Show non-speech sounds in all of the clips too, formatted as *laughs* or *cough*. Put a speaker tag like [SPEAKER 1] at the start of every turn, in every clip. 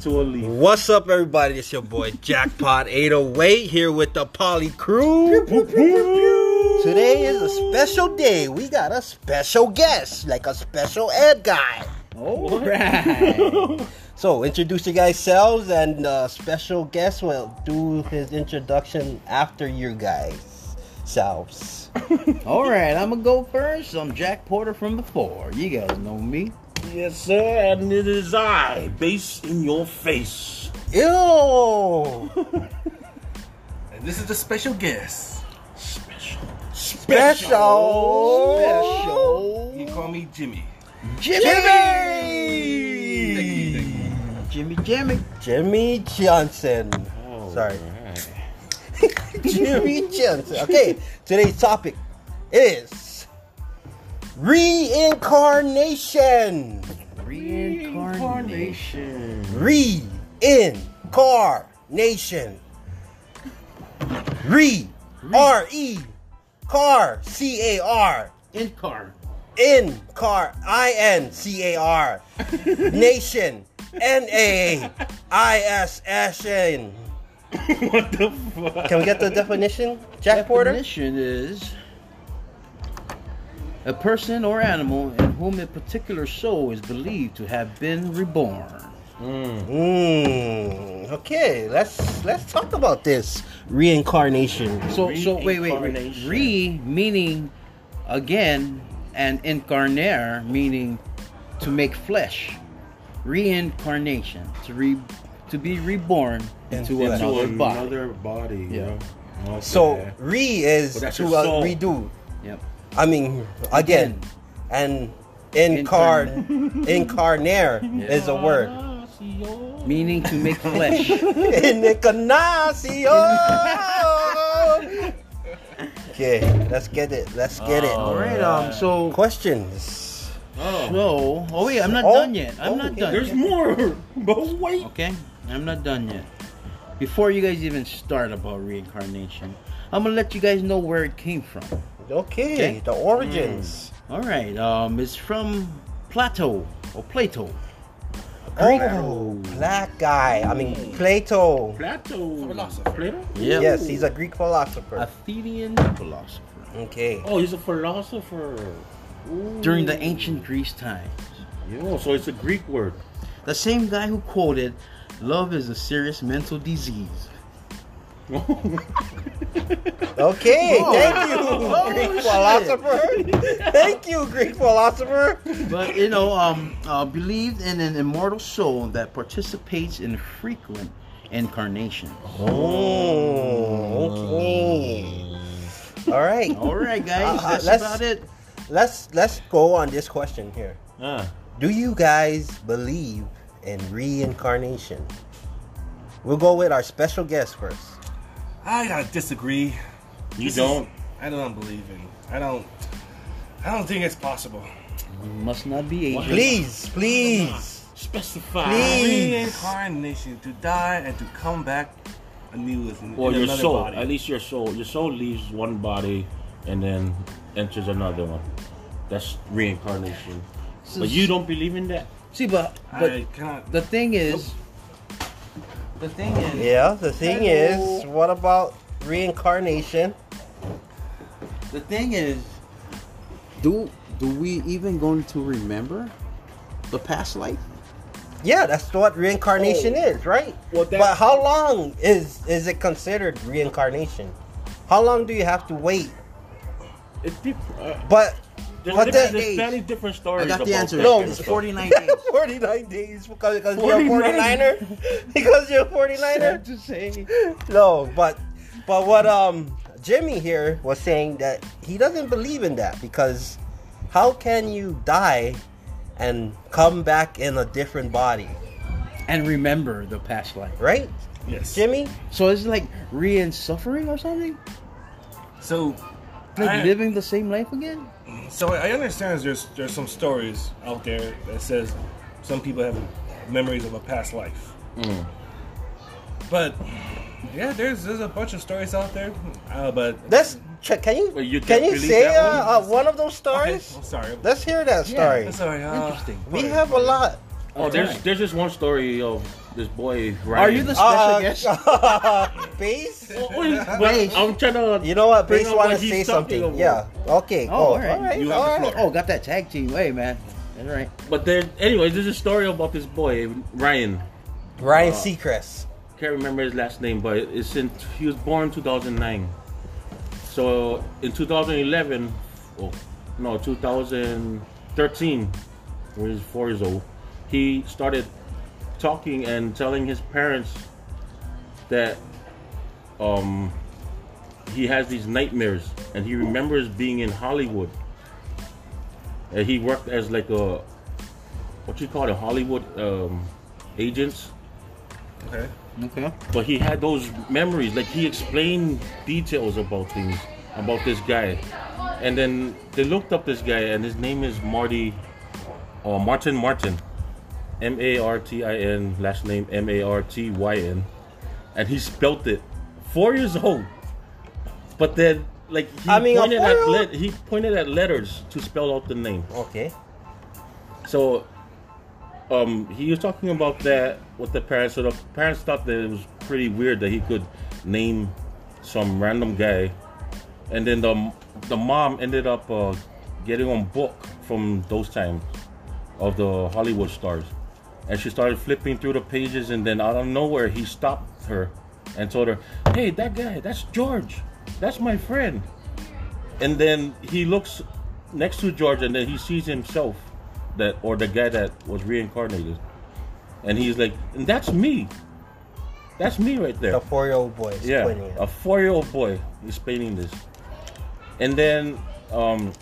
[SPEAKER 1] to a leaf.
[SPEAKER 2] What's up, everybody? It's your boy Jackpot 808 here with the Poly Crew. Today is a special day. We got a special guest, like a special Ed guy.
[SPEAKER 3] All right.
[SPEAKER 2] So introduce your guys selves, and uh, special guest will do his introduction after you guys selves.
[SPEAKER 3] *laughs* All right, I'm gonna go first. I'm Jack Porter from before. You guys know me.
[SPEAKER 1] Yes, sir, and it is I, bass in your face.
[SPEAKER 2] Ew!
[SPEAKER 4] And this is the special guest.
[SPEAKER 1] Special.
[SPEAKER 2] Special.
[SPEAKER 3] Special.
[SPEAKER 4] You can call me Jimmy. Thank you,
[SPEAKER 2] Jimmy.
[SPEAKER 4] thank you.
[SPEAKER 3] Jimmy, Jimmy.
[SPEAKER 2] Jimmy Johnson.
[SPEAKER 4] Oh,
[SPEAKER 2] Sorry. *laughs*
[SPEAKER 4] *laughs*
[SPEAKER 2] Jimmy Johnson. Okay, today's topic is reincarnation.
[SPEAKER 3] Reincarnation.
[SPEAKER 2] Reincarnation. Re. R E. Car. C A R.
[SPEAKER 3] In car.
[SPEAKER 2] In car I N C A R
[SPEAKER 1] *laughs*
[SPEAKER 2] Nation N A I S S N.
[SPEAKER 1] *laughs* what the fuck?
[SPEAKER 2] Can we get the definition, Jack Porter?
[SPEAKER 3] Definition is a person or animal in whom a particular soul is believed to have been reborn.
[SPEAKER 2] Mm, okay, let's let's talk about this reincarnation.
[SPEAKER 3] So, so wait, wait, wait.
[SPEAKER 1] Reincarnation.
[SPEAKER 3] Re meaning again, and incarnare meaning to make flesh. Reincarnation to re to be reborn into,
[SPEAKER 2] Into
[SPEAKER 1] To
[SPEAKER 3] another body.
[SPEAKER 1] another body.
[SPEAKER 3] Yeah.
[SPEAKER 1] bro. Okay.
[SPEAKER 2] So re is
[SPEAKER 1] Well, that's
[SPEAKER 2] to
[SPEAKER 1] your
[SPEAKER 2] uh,
[SPEAKER 1] soul.
[SPEAKER 2] redo.
[SPEAKER 3] Yep.
[SPEAKER 2] I mean again, and incarn
[SPEAKER 1] *laughs*
[SPEAKER 2] incarnare is a word.
[SPEAKER 3] Meaning to *laughs* make flesh.
[SPEAKER 2] *laughs* Ignacio. okay, let's get it. Let's get it.
[SPEAKER 3] All right. Um. So.
[SPEAKER 2] Questions.
[SPEAKER 3] So. Oh wait, I'm not
[SPEAKER 2] Oh,
[SPEAKER 3] done yet. I'm
[SPEAKER 2] oh,
[SPEAKER 3] not done.
[SPEAKER 1] There's
[SPEAKER 3] yet.
[SPEAKER 1] more, but wait.
[SPEAKER 3] Okay, I'm not done yet. Before you guys even start about reincarnation, I'm gonna let you guys know where it came from.
[SPEAKER 2] Okay,
[SPEAKER 3] Okay. Mm.
[SPEAKER 2] the origins.
[SPEAKER 3] All right, um, it's from Plato or Plato.
[SPEAKER 2] Oh, black guy. I mean, Plato.
[SPEAKER 1] Plato.
[SPEAKER 4] Philosopher.
[SPEAKER 1] Plato?
[SPEAKER 3] Yeah.
[SPEAKER 2] Yes, he's a Greek philosopher.
[SPEAKER 3] Athenian philosopher
[SPEAKER 2] Okay.
[SPEAKER 1] Oh, he's a philosopher. Ooh.
[SPEAKER 3] during the ancient Greece times.
[SPEAKER 1] Yeah, so it's a Greek word. *laughs*
[SPEAKER 3] The same guy who quoted, "Love is a serious mental disease."
[SPEAKER 2] Okay,
[SPEAKER 3] Whoa.
[SPEAKER 2] thank you,
[SPEAKER 3] *laughs* Oh,
[SPEAKER 2] Greek
[SPEAKER 3] shit.
[SPEAKER 2] philosopher. thank you, Greek philosopher.
[SPEAKER 3] But you know, um, uh, believed in an immortal soul that participates in frequent incarnations.
[SPEAKER 2] Oh, okay. All right.
[SPEAKER 3] All right, *laughs* guys,
[SPEAKER 2] Uh, uh,
[SPEAKER 3] Ah, that's
[SPEAKER 2] let's-
[SPEAKER 3] about it.
[SPEAKER 2] Let's let's go on this question here.
[SPEAKER 1] Ah.
[SPEAKER 2] Do you guys believe in reincarnation? We'll go with our special guest first.
[SPEAKER 4] I gotta disagree.
[SPEAKER 1] You
[SPEAKER 4] This is-
[SPEAKER 1] don't?
[SPEAKER 4] I don't believe in. I don't. I don't think it's possible.
[SPEAKER 3] You must not be Asian.
[SPEAKER 2] Please, please.
[SPEAKER 1] Specify.
[SPEAKER 2] Please.
[SPEAKER 4] Reincarnation to die and to come back anew as in,
[SPEAKER 1] Or
[SPEAKER 4] in
[SPEAKER 1] your
[SPEAKER 4] another
[SPEAKER 1] soul.
[SPEAKER 4] body.
[SPEAKER 1] At least your soul. Your soul leaves one body and then enters another one. That's reincarnation.
[SPEAKER 3] So-
[SPEAKER 1] But you don't believe in that?
[SPEAKER 3] see, but but
[SPEAKER 4] I cannot.
[SPEAKER 3] the thing is, the thing is,
[SPEAKER 2] Yeah, the thing is,
[SPEAKER 3] Hello.
[SPEAKER 2] what about reincarnation?
[SPEAKER 3] the thing is, do do we even going to remember the past life?
[SPEAKER 2] Yeah, that's what reincarnation
[SPEAKER 1] Oh.
[SPEAKER 2] is, right?
[SPEAKER 1] Well, that-
[SPEAKER 2] but how long is is it considered reincarnation? How long do you have to wait?
[SPEAKER 1] It's different. Uh,
[SPEAKER 2] But
[SPEAKER 1] there's
[SPEAKER 2] But
[SPEAKER 1] diff-
[SPEAKER 2] that-
[SPEAKER 1] there's many different stories.
[SPEAKER 3] I got the
[SPEAKER 1] about
[SPEAKER 3] answer.
[SPEAKER 1] that
[SPEAKER 2] No,
[SPEAKER 1] kind of
[SPEAKER 3] it's
[SPEAKER 1] stuff.
[SPEAKER 3] 49
[SPEAKER 2] *laughs*
[SPEAKER 3] days.
[SPEAKER 2] 49 days because, because you're a
[SPEAKER 1] 49.
[SPEAKER 2] 49er? *laughs* because you're a 49er?
[SPEAKER 3] Sad to say.
[SPEAKER 2] *laughs* No, but but what um Jimmy here was saying that he doesn't believe in that because how can you die and come back in a different body,
[SPEAKER 3] And remember the past life.
[SPEAKER 2] right?
[SPEAKER 4] yes.
[SPEAKER 2] Jimmy?
[SPEAKER 3] So it's like re and suffering or something?
[SPEAKER 4] So.
[SPEAKER 3] Like
[SPEAKER 4] I-
[SPEAKER 3] living the same life again?
[SPEAKER 4] So I I understand there's there's some stories out there that says some people have memories of a past life.
[SPEAKER 1] Mm.
[SPEAKER 4] But yeah, there's there's a bunch of stories out there. Uh, but
[SPEAKER 2] Let's check can you,
[SPEAKER 1] Wait, you
[SPEAKER 2] can
[SPEAKER 1] can't
[SPEAKER 2] you
[SPEAKER 1] believe
[SPEAKER 2] say
[SPEAKER 1] that one?
[SPEAKER 2] uh, uh, one of those
[SPEAKER 4] okay,
[SPEAKER 2] stories?
[SPEAKER 4] I'm sorry.
[SPEAKER 2] Let's hear that
[SPEAKER 3] Yeah,
[SPEAKER 2] story.
[SPEAKER 4] I'm sorry. Uh,
[SPEAKER 3] Interesting.
[SPEAKER 2] we have a lot.
[SPEAKER 1] Oh, there's there's this one story of this boy. Ryan.
[SPEAKER 3] Are you the special guest?
[SPEAKER 2] Uh, *laughs* Base?
[SPEAKER 1] *laughs* Wait, I'm trying to.
[SPEAKER 2] You know what?
[SPEAKER 1] bring
[SPEAKER 2] Base
[SPEAKER 1] up
[SPEAKER 2] want to
[SPEAKER 1] what he's
[SPEAKER 2] say
[SPEAKER 1] talking
[SPEAKER 2] something.
[SPEAKER 1] about.
[SPEAKER 2] Yeah. Okay. go.
[SPEAKER 3] Oh, all right.
[SPEAKER 4] You have
[SPEAKER 2] all
[SPEAKER 4] the floor.
[SPEAKER 3] Oh, got that tag team way, man. That's right.
[SPEAKER 1] But there, anyway, there's a story about this boy Ryan. Uh,
[SPEAKER 2] Ryan Seacrest.
[SPEAKER 1] Can't remember his last name, but it's in, he was born 2009. So in 2011, oh, no, 2013, when he was four years old, he started talking and telling his parents that um, he has these nightmares and he remembers being in Hollywood. And he worked as like a what you call it, Hollywood um, agents.
[SPEAKER 4] Okay.
[SPEAKER 3] Okay.
[SPEAKER 1] But he had those memories. Like he explained details about things about this guy, and then they looked up this guy, and his name is Marty, or Martin Martin, M A R T I N, last name M A R T Y N, and he spelt it. Four years old, but then like he
[SPEAKER 2] I mean, a
[SPEAKER 1] pointed at
[SPEAKER 2] four-year-old-
[SPEAKER 1] let- he pointed at letters to spell out the name.
[SPEAKER 2] Okay.
[SPEAKER 1] So, um, he was talking about that with the parents. So the parents thought that it was pretty weird that he could name some random guy, and then the the mom ended up uh, getting a book from those times of the Hollywood stars, and she started flipping through the pages, and then out of nowhere he stopped her and told her, "Hey, that guy, that's George, that's my friend." and then he looks next to George, and then he sees himself, that or the guy that was reincarnated, and he's like, and "That's me. That's me right there."
[SPEAKER 2] The four-year-old boy is
[SPEAKER 1] yeah,
[SPEAKER 2] pointing it.
[SPEAKER 1] a four-year-old boy is painting this, and then, um,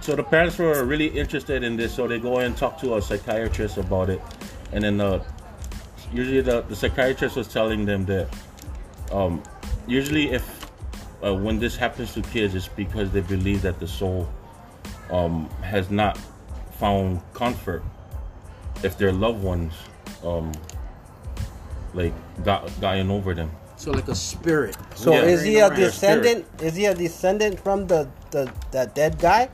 [SPEAKER 1] so the parents were really interested in this, so they go and talk to a psychiatrist about it, and then uh, usually the, the psychiatrist was telling them that um, usually if uh, when this happens to kids it's because they believe that the soul um, has not found comfort if their loved ones um, like got, dying over them
[SPEAKER 3] So like a spirit.
[SPEAKER 2] So
[SPEAKER 1] Yeah.
[SPEAKER 2] is he a
[SPEAKER 1] Spirit.
[SPEAKER 2] descendant? Is he a descendant from the the that dead guy?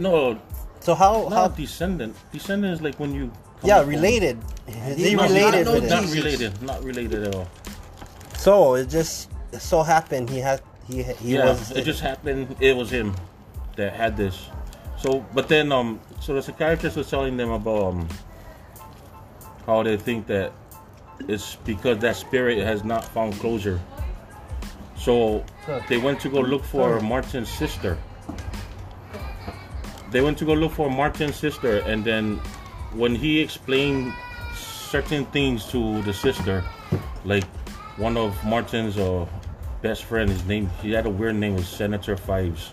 [SPEAKER 1] no
[SPEAKER 2] So how
[SPEAKER 1] not
[SPEAKER 2] how?
[SPEAKER 1] descendant descendant is like when you come
[SPEAKER 2] Yeah,
[SPEAKER 1] from-
[SPEAKER 2] related. Is he
[SPEAKER 1] No,
[SPEAKER 2] related
[SPEAKER 1] not,
[SPEAKER 2] with
[SPEAKER 1] not
[SPEAKER 2] it?
[SPEAKER 1] related not related at all
[SPEAKER 2] So it just so happened he had he he
[SPEAKER 1] yeah,
[SPEAKER 2] was
[SPEAKER 1] it just happened. It was him that had this. So, but then, um, so the psychiatrist was telling them about um, how they think that it's because that spirit has not found closure. So they went to go look for Martin's sister. They went to go look for Martin's sister, and then when he explained certain things to the sister, like one of Martin's uh, best friend, his name, he had a weird name, was Senator Fives.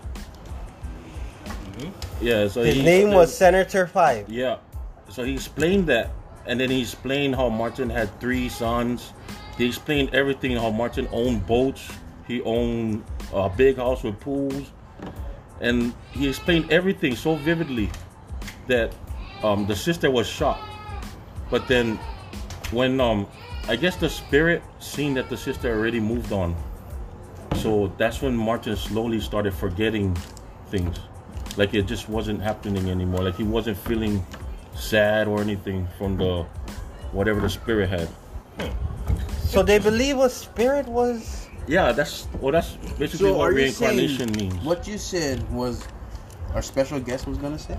[SPEAKER 1] Yeah, so
[SPEAKER 2] his
[SPEAKER 1] he
[SPEAKER 2] name was
[SPEAKER 1] explained-
[SPEAKER 2] Senator Five.
[SPEAKER 1] yeah. So he explained that. And then he explained how Martin had three sons. He explained everything how Martin owned boats. He owned a big house with pools. And he explained everything so vividly that um, the sister was shocked. But then, when um, I guess the spirit seen that the sister already moved on, so that's when Martin slowly started forgetting things. Like it just wasn't happening anymore. Like he wasn't feeling sad or anything from the whatever the spirit had.
[SPEAKER 2] So they believe a spirit was.
[SPEAKER 1] Yeah, that's well that's basically
[SPEAKER 3] So
[SPEAKER 1] what
[SPEAKER 3] are you
[SPEAKER 1] reincarnation
[SPEAKER 3] saying
[SPEAKER 1] means.
[SPEAKER 3] what you said was our special guest was gonna say?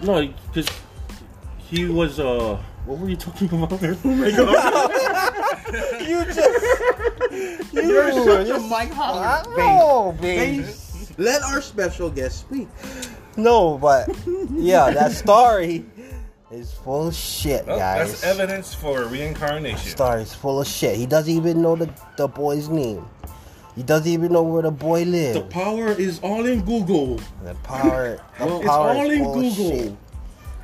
[SPEAKER 1] No, because he was uh what were you *laughs* talking
[SPEAKER 3] *laughs*
[SPEAKER 1] about?
[SPEAKER 3] Oh
[SPEAKER 2] You just you
[SPEAKER 3] a Mike Holler.
[SPEAKER 2] no, babe.
[SPEAKER 3] Let our special guest speak.
[SPEAKER 2] No, but yeah, that story is full of shit,
[SPEAKER 4] Well,
[SPEAKER 2] guys.
[SPEAKER 4] that's evidence for reincarnation.
[SPEAKER 2] Star is full of shit. He doesn't even know the, the boy's name. He doesn't even know where the boy lives.
[SPEAKER 1] the power is all in Google.
[SPEAKER 2] The power, the
[SPEAKER 1] Well, it's
[SPEAKER 2] power
[SPEAKER 1] all
[SPEAKER 2] is
[SPEAKER 1] in
[SPEAKER 2] full of
[SPEAKER 1] Google.
[SPEAKER 2] shit.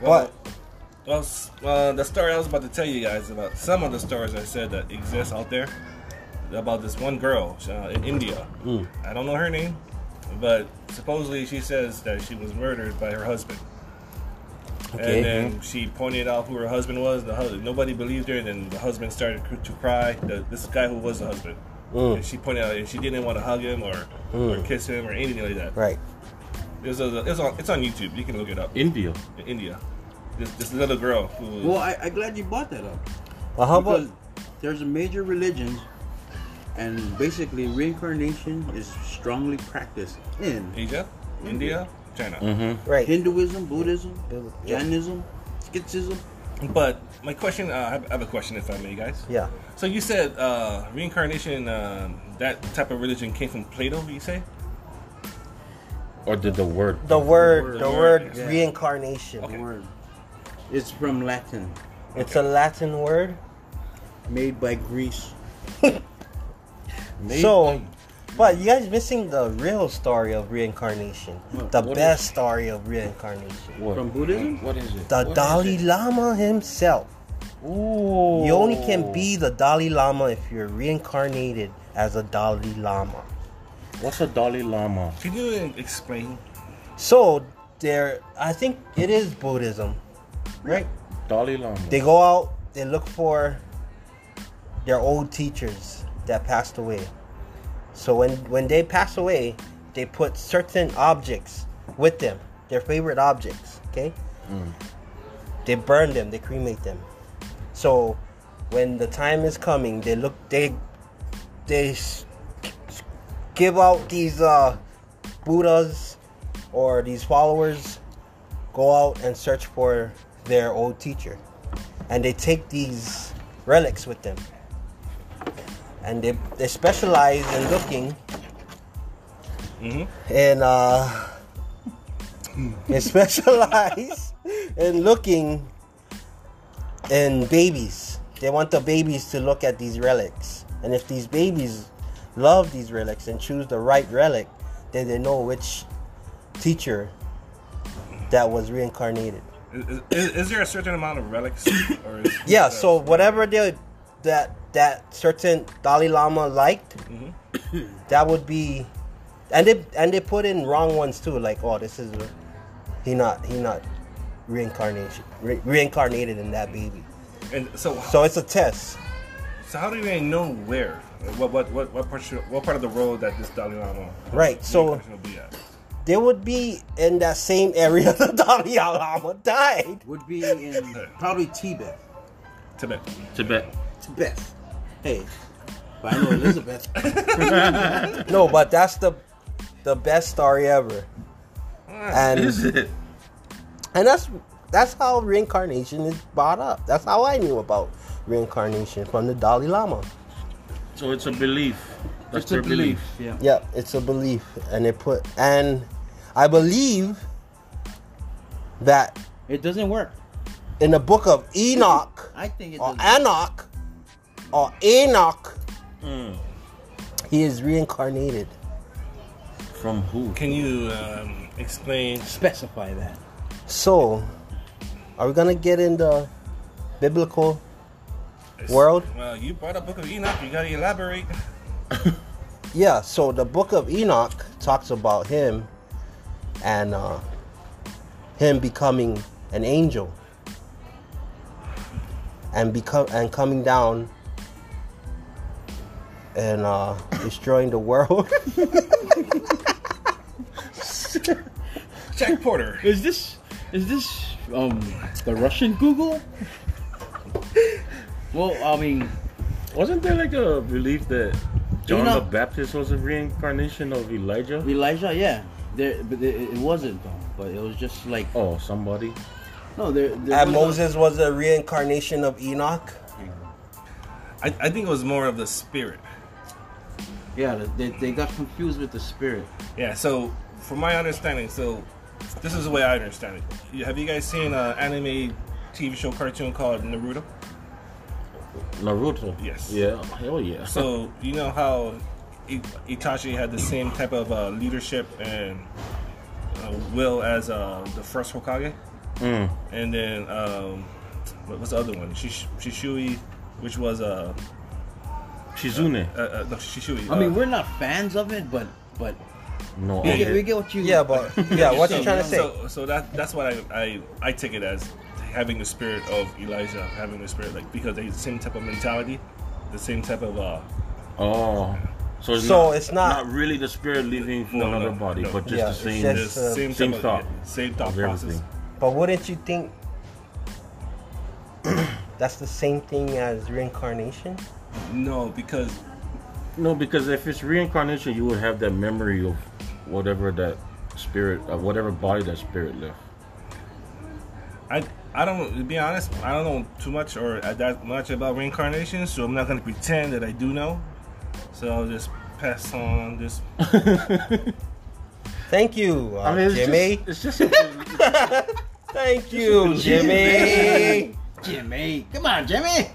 [SPEAKER 4] Well,
[SPEAKER 2] But
[SPEAKER 4] well, s- uh, the story I was about to tell you guys about some of the stories I said that exist out there about this one girl uh, in India.
[SPEAKER 2] Mm.
[SPEAKER 4] I don't know her name, but supposedly she says that she was murdered by her husband.
[SPEAKER 2] Okay.
[SPEAKER 4] And then she pointed out who her husband was. The hus- nobody believed her. Then the husband started cr- to cry. The, this guy who was the husband.
[SPEAKER 2] Mm.
[SPEAKER 4] And she pointed out, and she didn't want to hug him or, or kiss him or anything like that.
[SPEAKER 2] right,
[SPEAKER 4] It was a- it's on it's on YouTube. You can look it up.
[SPEAKER 1] India.
[SPEAKER 4] India. This, this little girl. Who was,
[SPEAKER 3] Well, I, I'm glad you brought that up.
[SPEAKER 2] Well, how about
[SPEAKER 3] because there's a major religion, and basically reincarnation is strongly practiced in
[SPEAKER 4] Asia,
[SPEAKER 2] Mm-hmm.
[SPEAKER 4] India, China.
[SPEAKER 2] right?
[SPEAKER 3] Hinduism, Buddhism,
[SPEAKER 2] Buddhism, yeah.
[SPEAKER 3] Jainism, Sikhism.
[SPEAKER 4] But my question, uh, I have- I have a question, if I may, guys.
[SPEAKER 2] Yeah.
[SPEAKER 4] So you said uh, reincarnation, uh, that type of religion came from Plato. You say?
[SPEAKER 1] Or did the word?
[SPEAKER 2] The word, the
[SPEAKER 4] The
[SPEAKER 2] word,
[SPEAKER 4] word,
[SPEAKER 3] yeah.
[SPEAKER 2] reincarnation.
[SPEAKER 4] Okay.
[SPEAKER 3] Word. It's from Latin,
[SPEAKER 2] It's a Latin word.
[SPEAKER 3] made by Greece.
[SPEAKER 2] So, but you guys missing the real story of reincarnation,
[SPEAKER 3] What-
[SPEAKER 2] the
[SPEAKER 1] what
[SPEAKER 2] best story of reincarnation.
[SPEAKER 1] What?
[SPEAKER 3] From Buddhism?
[SPEAKER 1] What is it?
[SPEAKER 2] The
[SPEAKER 1] What is
[SPEAKER 2] Dalai
[SPEAKER 1] it?
[SPEAKER 2] Lama himself.
[SPEAKER 1] Ooh.
[SPEAKER 2] You only can be the Dalai Lama if you're reincarnated as a Dalai Lama.
[SPEAKER 1] What's a Dalai Lama?
[SPEAKER 4] Can you explain?
[SPEAKER 2] So there, I think it is Buddhism, right?
[SPEAKER 1] Dalai Lama.
[SPEAKER 2] They go out, they look for their old teachers that passed away. So when when they pass away, they put certain objects with them, their favorite objects. Okay. They burn them, they cremate them. So when the time is coming, they look they they s- give out these uh, Buddhas or these followers go out and search for their old teacher. And they take these relics with them. And they, they specialize in looking
[SPEAKER 4] Mhm.
[SPEAKER 2] in uh they specialize in looking in babies. They want the babies to look at these relics. And if these babies love these relics and choose the right relic, then they know which teacher that was reincarnated.
[SPEAKER 4] Is, is, is there a certain amount
[SPEAKER 2] *coughs*
[SPEAKER 4] of relics? or is,
[SPEAKER 2] Yeah, so whatever they that that certain Dalai Lama liked, that would be and they and they put in wrong ones too, like oh this is he not he not reincarnation re- reincarnated in that baby.
[SPEAKER 4] uh, And so, so,
[SPEAKER 2] So it's a test.
[SPEAKER 4] how do they know where? Like, What what what what part, should- what part of the road that this Dalai Lama?
[SPEAKER 2] Right, so-
[SPEAKER 4] reincarnation will be at?
[SPEAKER 2] They would be in that same area *laughs* the Dalai Lama died.
[SPEAKER 3] Would be in probably Tibet.
[SPEAKER 4] Tibet.
[SPEAKER 1] Tibet.
[SPEAKER 3] Tibet. Hey, but I know Elizabeth.
[SPEAKER 2] No, but that's the the best story ever. And
[SPEAKER 1] Is it?
[SPEAKER 2] And that's that's how reincarnation is brought up. That's how I knew about reincarnation from the Dalai Lama.
[SPEAKER 1] So it's a belief. That's
[SPEAKER 3] It's
[SPEAKER 1] their
[SPEAKER 3] a
[SPEAKER 1] belief.
[SPEAKER 3] belief. Yeah.
[SPEAKER 2] Yeah, it's a belief, and it put and I believe that
[SPEAKER 3] It doesn't work.
[SPEAKER 2] in the book of Enoch
[SPEAKER 3] Oh, I think it
[SPEAKER 2] or
[SPEAKER 3] doesn't.
[SPEAKER 2] Enoch or Enoch,
[SPEAKER 1] Mm.
[SPEAKER 2] he is reincarnated.
[SPEAKER 1] From who?
[SPEAKER 4] Can you um, explain?
[SPEAKER 3] specify that. *laughs*
[SPEAKER 2] So, are we gonna get in the biblical world?
[SPEAKER 4] Well, you brought up Book of Enoch. You gotta elaborate.
[SPEAKER 2] yeah so the book of enoch talks about him and uh, him becoming an angel and become and coming down and uh, destroying the world
[SPEAKER 3] *laughs*
[SPEAKER 4] Jack Porter.
[SPEAKER 3] Is this is this um the Russian Google? well, I mean,
[SPEAKER 1] Wasn't there like a belief that John
[SPEAKER 3] Enoch-
[SPEAKER 1] the Baptist was a reincarnation of Elijah?
[SPEAKER 3] Elijah, yeah, there, but it, it wasn't though. But it was just like
[SPEAKER 1] Oh, somebody.
[SPEAKER 3] no, there. there
[SPEAKER 2] and
[SPEAKER 3] was a-
[SPEAKER 2] moses was a reincarnation of enoch
[SPEAKER 4] *laughs* I, I think it was more of the spirit.
[SPEAKER 3] yeah, they, they got confused with the spirit.
[SPEAKER 4] Yeah. So, from my understanding, so this is the way I understand it. You- Have you guys seen an anime TV show cartoon called Naruto?
[SPEAKER 1] Naruto.
[SPEAKER 4] Yes.
[SPEAKER 1] Yeah. Hell yeah.
[SPEAKER 4] So you know how I- Itachi had the same type of uh, leadership and uh, will as uh, the first Hokage,
[SPEAKER 1] Mm.
[SPEAKER 4] and then um, what was the other one? Shish- Shishui, which was uh,
[SPEAKER 1] Shizune.
[SPEAKER 4] uh, uh no, Shishui.
[SPEAKER 3] I mean,
[SPEAKER 4] uh,
[SPEAKER 3] we're not fans of it, but but
[SPEAKER 1] No.
[SPEAKER 3] we,
[SPEAKER 1] I-
[SPEAKER 4] Yeah,
[SPEAKER 3] get, we get what you.
[SPEAKER 2] yeah but
[SPEAKER 3] *laughs*
[SPEAKER 2] yeah what you trying to say
[SPEAKER 4] So, so that that's what I, I I take it as having the spirit of Elijah, having the spirit like because they the same type of mentality, the same type of uh,
[SPEAKER 1] Oh. So it's,
[SPEAKER 2] So
[SPEAKER 1] not,
[SPEAKER 2] it's not-
[SPEAKER 1] really the spirit leaving for
[SPEAKER 4] No, no,
[SPEAKER 1] another body,
[SPEAKER 4] no.
[SPEAKER 1] but just the
[SPEAKER 2] Yeah, it's
[SPEAKER 1] same.
[SPEAKER 2] just-
[SPEAKER 4] the
[SPEAKER 2] Yes, uh,
[SPEAKER 4] same,
[SPEAKER 1] same
[SPEAKER 4] type
[SPEAKER 1] thought
[SPEAKER 4] of, same thought
[SPEAKER 1] of
[SPEAKER 4] process.
[SPEAKER 1] everything.
[SPEAKER 2] but wouldn't you think *clears throat* That's the same thing as reincarnation.
[SPEAKER 4] No, because
[SPEAKER 1] No, because if it's reincarnation, you would have that memory of whatever that spirit, of whatever body that spirit left.
[SPEAKER 2] *laughs*
[SPEAKER 4] I I don't to be honest, I don't know too much or uh, that much about reincarnation, so I'm not gonna pretend that I do know. So I'll just pass on this.
[SPEAKER 2] Thank you, uh,
[SPEAKER 1] I mean, it's
[SPEAKER 2] Jimmy.
[SPEAKER 1] just, it's just *laughs*
[SPEAKER 2] Thank you, Jimmy.
[SPEAKER 3] Jimmy, come on, Jimmy.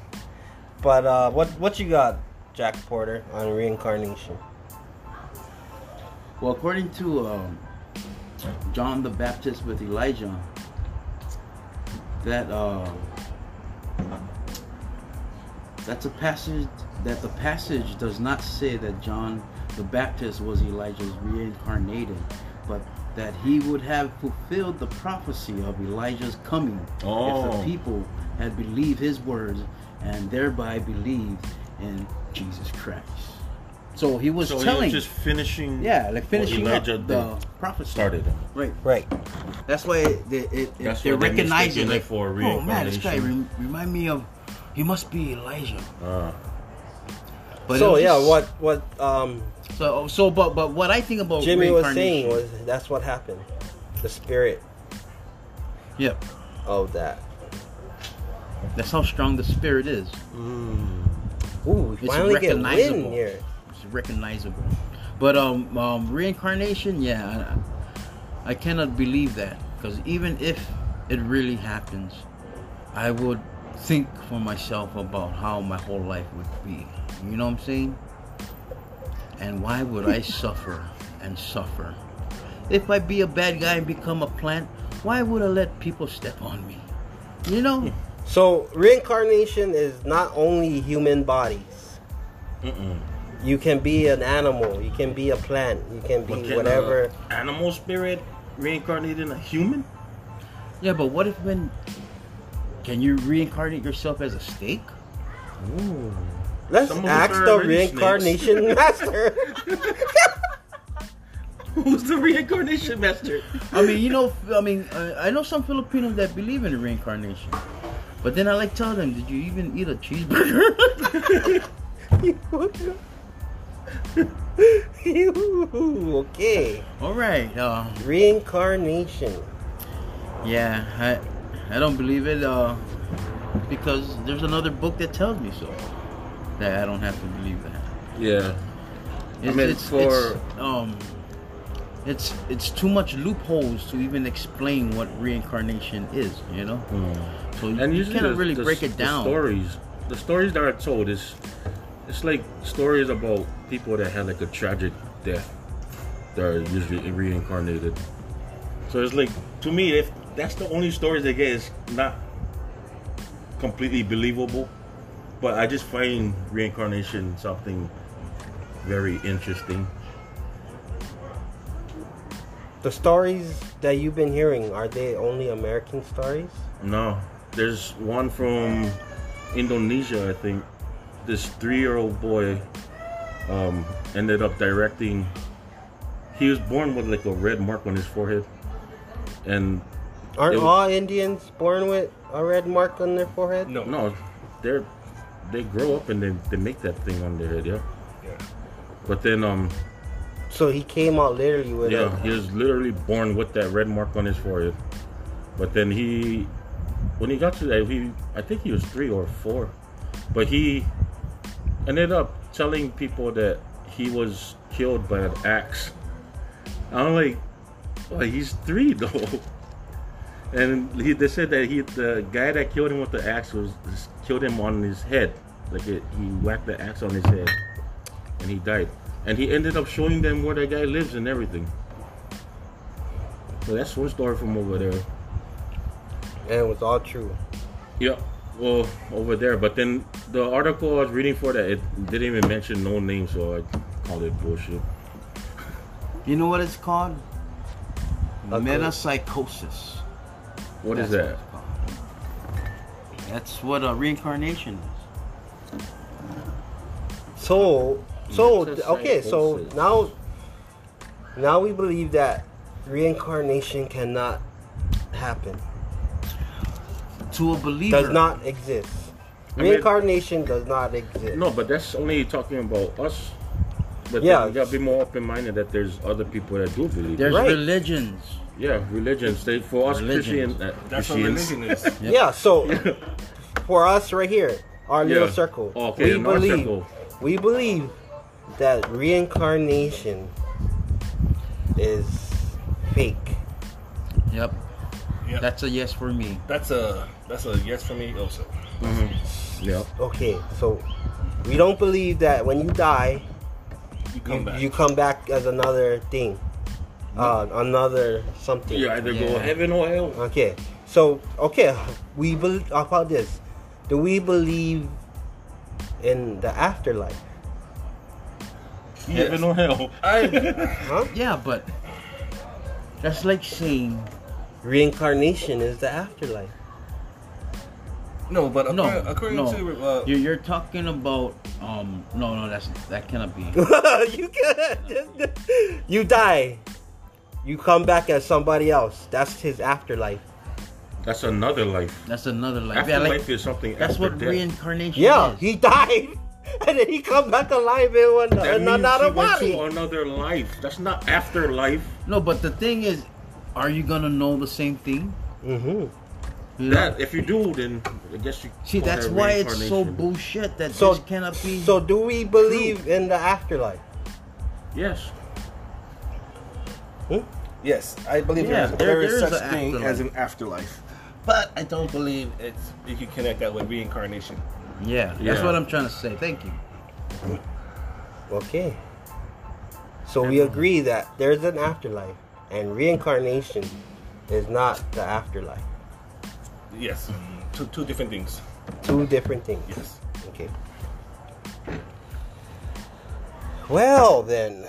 [SPEAKER 2] but uh, what what you got, Jack Porter, on reincarnation?
[SPEAKER 3] Well, according to um, John the Baptist with Elijah, that uh, that's a passage that the passage does not say that John the Baptist was Elijah's reincarnated, but that he would have fulfilled the prophecy of Elijah's coming if
[SPEAKER 1] Oh.
[SPEAKER 3] the people had believed his words and thereby believed in Jesus Christ. So he was
[SPEAKER 1] so
[SPEAKER 3] telling
[SPEAKER 1] you're just finishing.
[SPEAKER 3] yeah, like
[SPEAKER 1] what
[SPEAKER 3] finishing
[SPEAKER 1] Elijah
[SPEAKER 3] up the
[SPEAKER 1] did-
[SPEAKER 3] prophecy.
[SPEAKER 1] started.
[SPEAKER 3] Right.
[SPEAKER 2] Right.
[SPEAKER 3] That's why they, it, it,
[SPEAKER 1] That's
[SPEAKER 3] they
[SPEAKER 1] why they
[SPEAKER 3] recognize
[SPEAKER 1] mistaken
[SPEAKER 3] it.
[SPEAKER 1] it
[SPEAKER 3] Like,
[SPEAKER 1] for a
[SPEAKER 3] oh man, this guy
[SPEAKER 1] reincarnation."
[SPEAKER 3] rem- remind me of. He must be Elijah.
[SPEAKER 1] Uh,
[SPEAKER 3] But
[SPEAKER 2] so
[SPEAKER 3] it was
[SPEAKER 2] yeah,
[SPEAKER 3] just-
[SPEAKER 2] what what um,
[SPEAKER 3] So so but but what I think
[SPEAKER 1] Oh,
[SPEAKER 3] about
[SPEAKER 2] Jimmy was saying
[SPEAKER 3] reincarnation-
[SPEAKER 2] was that's what happened. The spirit
[SPEAKER 3] Yeah,
[SPEAKER 2] of that.
[SPEAKER 3] that's how strong the spirit is.
[SPEAKER 2] Ooh, we
[SPEAKER 3] It's
[SPEAKER 2] finally get
[SPEAKER 3] recognizable.
[SPEAKER 2] win here.
[SPEAKER 3] It's recognizable. But um, um reincarnation, yeah, I, I cannot believe that because even if it really happens, I would think for myself about how my whole life would be. You know what I'm saying? And why would I suffer and suffer? If I be a bad guy and become a plant, why would I let people step on me? You know?
[SPEAKER 2] Hmm. So reincarnation is not only human bodies.
[SPEAKER 1] mm-mm.
[SPEAKER 2] You can be an animal. You can be a plant. You can be
[SPEAKER 1] But can, uh,
[SPEAKER 2] whatever.
[SPEAKER 1] animal spirit reincarnated in a human? *laughs*
[SPEAKER 3] Yeah, but what if when can you reincarnate yourself as a snake?
[SPEAKER 2] Let's
[SPEAKER 1] some of us
[SPEAKER 2] ask
[SPEAKER 1] are
[SPEAKER 2] the
[SPEAKER 1] already snakes.
[SPEAKER 2] reincarnation *laughs* master.
[SPEAKER 1] Who's the reincarnation master?
[SPEAKER 3] I mean, you know, I mean, uh, I, I know some Filipinos that believe in reincarnation, but then I like tell them, did you even eat a cheeseburger? *laughs*
[SPEAKER 2] Ooh, *laughs* okay,
[SPEAKER 3] All right, uh,
[SPEAKER 2] reincarnation.
[SPEAKER 3] yeah, I, I don't believe it, uh, because there's another book that tells me so, that I don't have to believe that.
[SPEAKER 1] Yeah.
[SPEAKER 3] It's,
[SPEAKER 1] mean,
[SPEAKER 3] it's,
[SPEAKER 1] for-
[SPEAKER 3] it's, um, it's it's too much loopholes to even explain what reincarnation is, you know. So you,
[SPEAKER 1] Hmm. And
[SPEAKER 3] you
[SPEAKER 1] usually
[SPEAKER 3] can't
[SPEAKER 1] the-
[SPEAKER 3] really
[SPEAKER 1] the-
[SPEAKER 3] break it down.
[SPEAKER 1] The stories, the stories that are told is, it's like stories about people that had like a tragic death that are usually reincarnated. So it's like to me, if that's the only stories they get, it's not completely believable. But I just find reincarnation something very interesting.
[SPEAKER 2] The stories that you've been hearing are they only American stories?
[SPEAKER 1] No, there's one from Indonesia, I think. This three-year-old boy um, ended up directing. He was born with like a red mark on his forehead, and
[SPEAKER 2] Aren't
[SPEAKER 1] It-
[SPEAKER 2] all Indians born with a red mark on their forehead?
[SPEAKER 4] No,
[SPEAKER 1] no, they're they grow up and they, they make that thing on their head, yeah.
[SPEAKER 4] Yeah.
[SPEAKER 1] But then um
[SPEAKER 2] So he came out literally with
[SPEAKER 1] yeah,
[SPEAKER 2] it.
[SPEAKER 1] he was literally born with that red mark on his forehead. But then he, when he got to that, he I think he was three or four, but he ended up telling people that he was killed by an axe. I'm like, well, he's three *laughs* though. And he, they said that he, the guy that killed him with the axe was just killed him on his head, like it, he whacked the axe on his head, and he died. And he ended up showing them where that guy lives and everything. So that's one story from over there.
[SPEAKER 2] and it was all true.
[SPEAKER 1] Yeah, well, over there. But then the article I was reading for that it didn't even mention no name, so I called it bullshit.
[SPEAKER 3] You know what it's called?
[SPEAKER 2] Okay.
[SPEAKER 3] Metapsychosis.
[SPEAKER 1] What is
[SPEAKER 3] That's
[SPEAKER 1] that?
[SPEAKER 3] what it's called. That's what a reincarnation is.
[SPEAKER 2] So, so
[SPEAKER 1] That's a
[SPEAKER 2] okay, so
[SPEAKER 1] psychosis.
[SPEAKER 2] now, now we believe that reincarnation cannot happen.
[SPEAKER 3] To a believer,
[SPEAKER 2] Does not exist.
[SPEAKER 1] mean-
[SPEAKER 2] Reincarnation does not exist.
[SPEAKER 1] No, but that's only talking about us. But
[SPEAKER 2] Yeah.
[SPEAKER 1] yeah, you gotta be more open minded that there's other people that do believe.
[SPEAKER 3] There's
[SPEAKER 2] Right.
[SPEAKER 3] religions.
[SPEAKER 1] yeah, religions. They for us
[SPEAKER 3] Religions.
[SPEAKER 1] Christian, uh,
[SPEAKER 4] That's what
[SPEAKER 1] Christians.
[SPEAKER 4] religion
[SPEAKER 1] *laughs*
[SPEAKER 4] is.
[SPEAKER 2] Yeah, so for us right here, our little
[SPEAKER 1] Yeah. Oh,
[SPEAKER 2] circle,
[SPEAKER 1] Okay,
[SPEAKER 2] we
[SPEAKER 1] in our
[SPEAKER 2] believe
[SPEAKER 1] circle.
[SPEAKER 2] we believe that reincarnation is fake.
[SPEAKER 3] Yep.
[SPEAKER 4] Yep.
[SPEAKER 3] That's a yes for me.
[SPEAKER 4] That's a that's a yes for me also.
[SPEAKER 1] Yeah.
[SPEAKER 2] Okay, so we don't believe that when you die,
[SPEAKER 4] You come
[SPEAKER 2] you,
[SPEAKER 4] back.
[SPEAKER 2] you come back as another thing, uh, another something.
[SPEAKER 1] You either go
[SPEAKER 3] Yeah.
[SPEAKER 1] heaven or hell.
[SPEAKER 2] Okay, so okay, we believe about this. Do we believe in the afterlife?
[SPEAKER 1] Heaven or hell.
[SPEAKER 3] *laughs*
[SPEAKER 4] I
[SPEAKER 2] Huh?
[SPEAKER 3] Yeah, but that's like saying
[SPEAKER 2] Reincarnation is the afterlife.
[SPEAKER 4] no, but
[SPEAKER 3] no,
[SPEAKER 4] according, according
[SPEAKER 3] no.
[SPEAKER 4] to uh,
[SPEAKER 3] you're, you're talking about um no no that's that cannot
[SPEAKER 2] *laughs*
[SPEAKER 3] be.
[SPEAKER 2] you can You die. You come back as somebody else. That's his afterlife.
[SPEAKER 1] That's another life.
[SPEAKER 3] That's another life. Yeah,
[SPEAKER 1] Afterlife
[SPEAKER 3] like,
[SPEAKER 1] is something.
[SPEAKER 3] that's
[SPEAKER 1] after
[SPEAKER 3] what
[SPEAKER 1] death.
[SPEAKER 3] reincarnation
[SPEAKER 2] Yeah,
[SPEAKER 3] is.
[SPEAKER 2] he died. *laughs* And then he come back alive in, one,
[SPEAKER 1] That
[SPEAKER 2] in
[SPEAKER 1] means
[SPEAKER 2] another
[SPEAKER 1] he went
[SPEAKER 2] body.
[SPEAKER 1] to another life. That's not afterlife.
[SPEAKER 3] No, but the thing is, are you gonna know the same thing?
[SPEAKER 2] hmm
[SPEAKER 3] You know?
[SPEAKER 1] That if you do, then I guess you.
[SPEAKER 3] See,
[SPEAKER 1] call
[SPEAKER 3] that's
[SPEAKER 1] that
[SPEAKER 3] why it's so
[SPEAKER 1] reincarnation.
[SPEAKER 3] bullshit that
[SPEAKER 2] So-
[SPEAKER 3] this cannot be.
[SPEAKER 2] So do we believe in the afterlife?
[SPEAKER 1] Yes.
[SPEAKER 4] yes, I believe
[SPEAKER 3] Yeah,
[SPEAKER 4] there is,
[SPEAKER 3] there-
[SPEAKER 4] there
[SPEAKER 3] there
[SPEAKER 4] is
[SPEAKER 3] is
[SPEAKER 4] such
[SPEAKER 3] a
[SPEAKER 4] thing
[SPEAKER 3] afterlife.
[SPEAKER 4] as an afterlife, but I don't believe it's you can connect that with reincarnation.
[SPEAKER 3] yeah, that's
[SPEAKER 1] Yeah.
[SPEAKER 3] what I'm trying to say. Thank you.
[SPEAKER 2] Okay. So we agree that there's an afterlife and reincarnation is not the afterlife.
[SPEAKER 4] Yes, two two different things.
[SPEAKER 2] Two different things.
[SPEAKER 4] Yes.
[SPEAKER 2] Okay. Well then,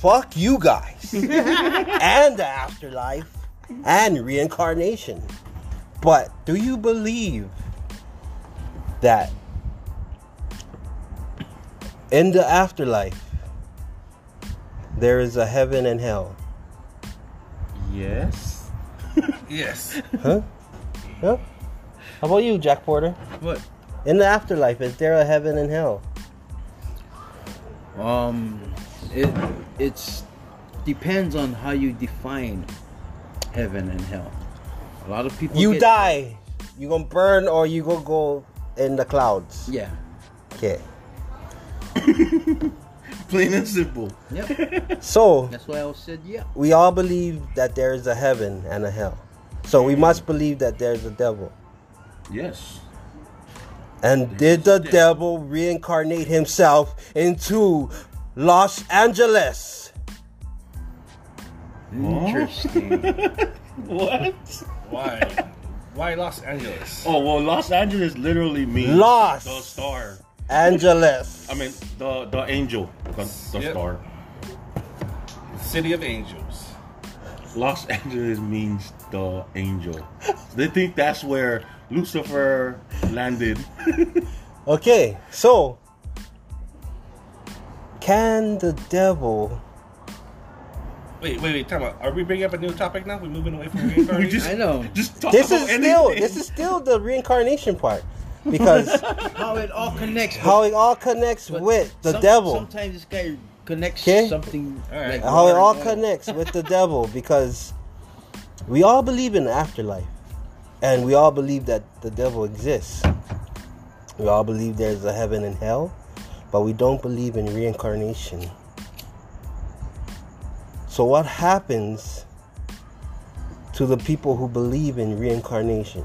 [SPEAKER 2] fuck you guys and the afterlife and reincarnation. But do you believe that in the afterlife there is a heaven and hell?
[SPEAKER 1] Yes.
[SPEAKER 4] Yes.
[SPEAKER 2] Huh? Huh? How about you, Jack Porter?
[SPEAKER 3] What?
[SPEAKER 2] In the afterlife, is there a heaven and hell?
[SPEAKER 3] Um, it it's depends on how you define heaven and hell. A lot of people
[SPEAKER 2] You
[SPEAKER 3] get-
[SPEAKER 2] die. You gonna burn or you gonna go in the clouds.
[SPEAKER 3] Yeah.
[SPEAKER 2] Okay.
[SPEAKER 1] Plain and simple.
[SPEAKER 3] Yep.
[SPEAKER 2] So
[SPEAKER 3] that's why I said yeah.
[SPEAKER 2] we all believe that there is a heaven and a hell. So we must believe that there's a devil.
[SPEAKER 1] Yes.
[SPEAKER 2] And did the devil reincarnate himself into Los Angeles?
[SPEAKER 3] Interesting.
[SPEAKER 1] What?
[SPEAKER 4] Why? Why Los Angeles?
[SPEAKER 1] Oh well, Los Angeles literally means
[SPEAKER 2] Los.
[SPEAKER 1] the star.
[SPEAKER 2] Angeles.
[SPEAKER 1] I mean the the angel, the, the
[SPEAKER 4] Yep.
[SPEAKER 1] star.
[SPEAKER 4] City of Angels.
[SPEAKER 1] Los *laughs* Angeles means the angel. they think that's where Lucifer landed. *laughs*
[SPEAKER 2] Okay, so can the devil
[SPEAKER 4] Wait, wait, wait. Time out. Are we bringing up a new topic now? We're moving *laughs* away from reincarnation.
[SPEAKER 1] We just
[SPEAKER 3] I know.
[SPEAKER 1] Just talk
[SPEAKER 2] this
[SPEAKER 1] about
[SPEAKER 2] is still
[SPEAKER 1] anything.
[SPEAKER 2] this is still the reincarnation part. Because
[SPEAKER 3] *laughs* how it all connects.
[SPEAKER 2] how it all connects
[SPEAKER 3] but
[SPEAKER 2] with the
[SPEAKER 3] some-
[SPEAKER 2] devil.
[SPEAKER 3] Sometimes this guy connects
[SPEAKER 2] Okay.
[SPEAKER 3] something.
[SPEAKER 4] Alright.
[SPEAKER 3] Like
[SPEAKER 2] how it all
[SPEAKER 3] water and oil.
[SPEAKER 2] connects with the devil because we all believe in the afterlife and we all believe that the devil exists. We all believe there's a heaven and hell, but we don't believe in reincarnation. So, what happens to the people who believe in reincarnation?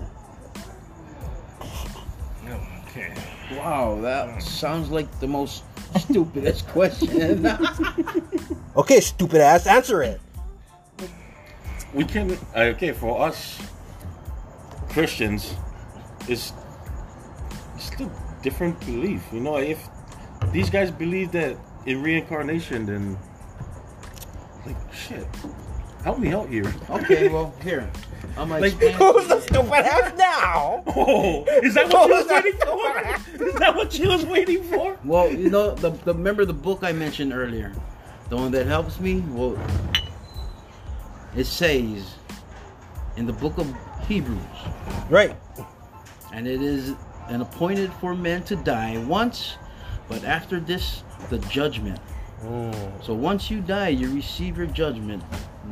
[SPEAKER 4] No, okay.
[SPEAKER 3] Wow, that sounds like the most *laughs* stupidest question.
[SPEAKER 2] Okay, stupid ass, answer it.
[SPEAKER 1] we can okay for us Christians it's it's still different belief you know if these guys believe that in reincarnation then like shit help me out here *laughs*
[SPEAKER 3] okay, well here, I'm like,
[SPEAKER 1] Like-
[SPEAKER 2] Who's the stupid ass now?
[SPEAKER 1] oh is that what you was waiting
[SPEAKER 3] *laughs*
[SPEAKER 1] for is that what you was waiting for
[SPEAKER 3] well, you know, the, the remember the book I mentioned earlier, the one that helps me. Well, it says in the book of Hebrews,
[SPEAKER 2] Right.
[SPEAKER 3] and it is and appointed for men to die once, but after this, the judgment. So once you die, you receive your judgment.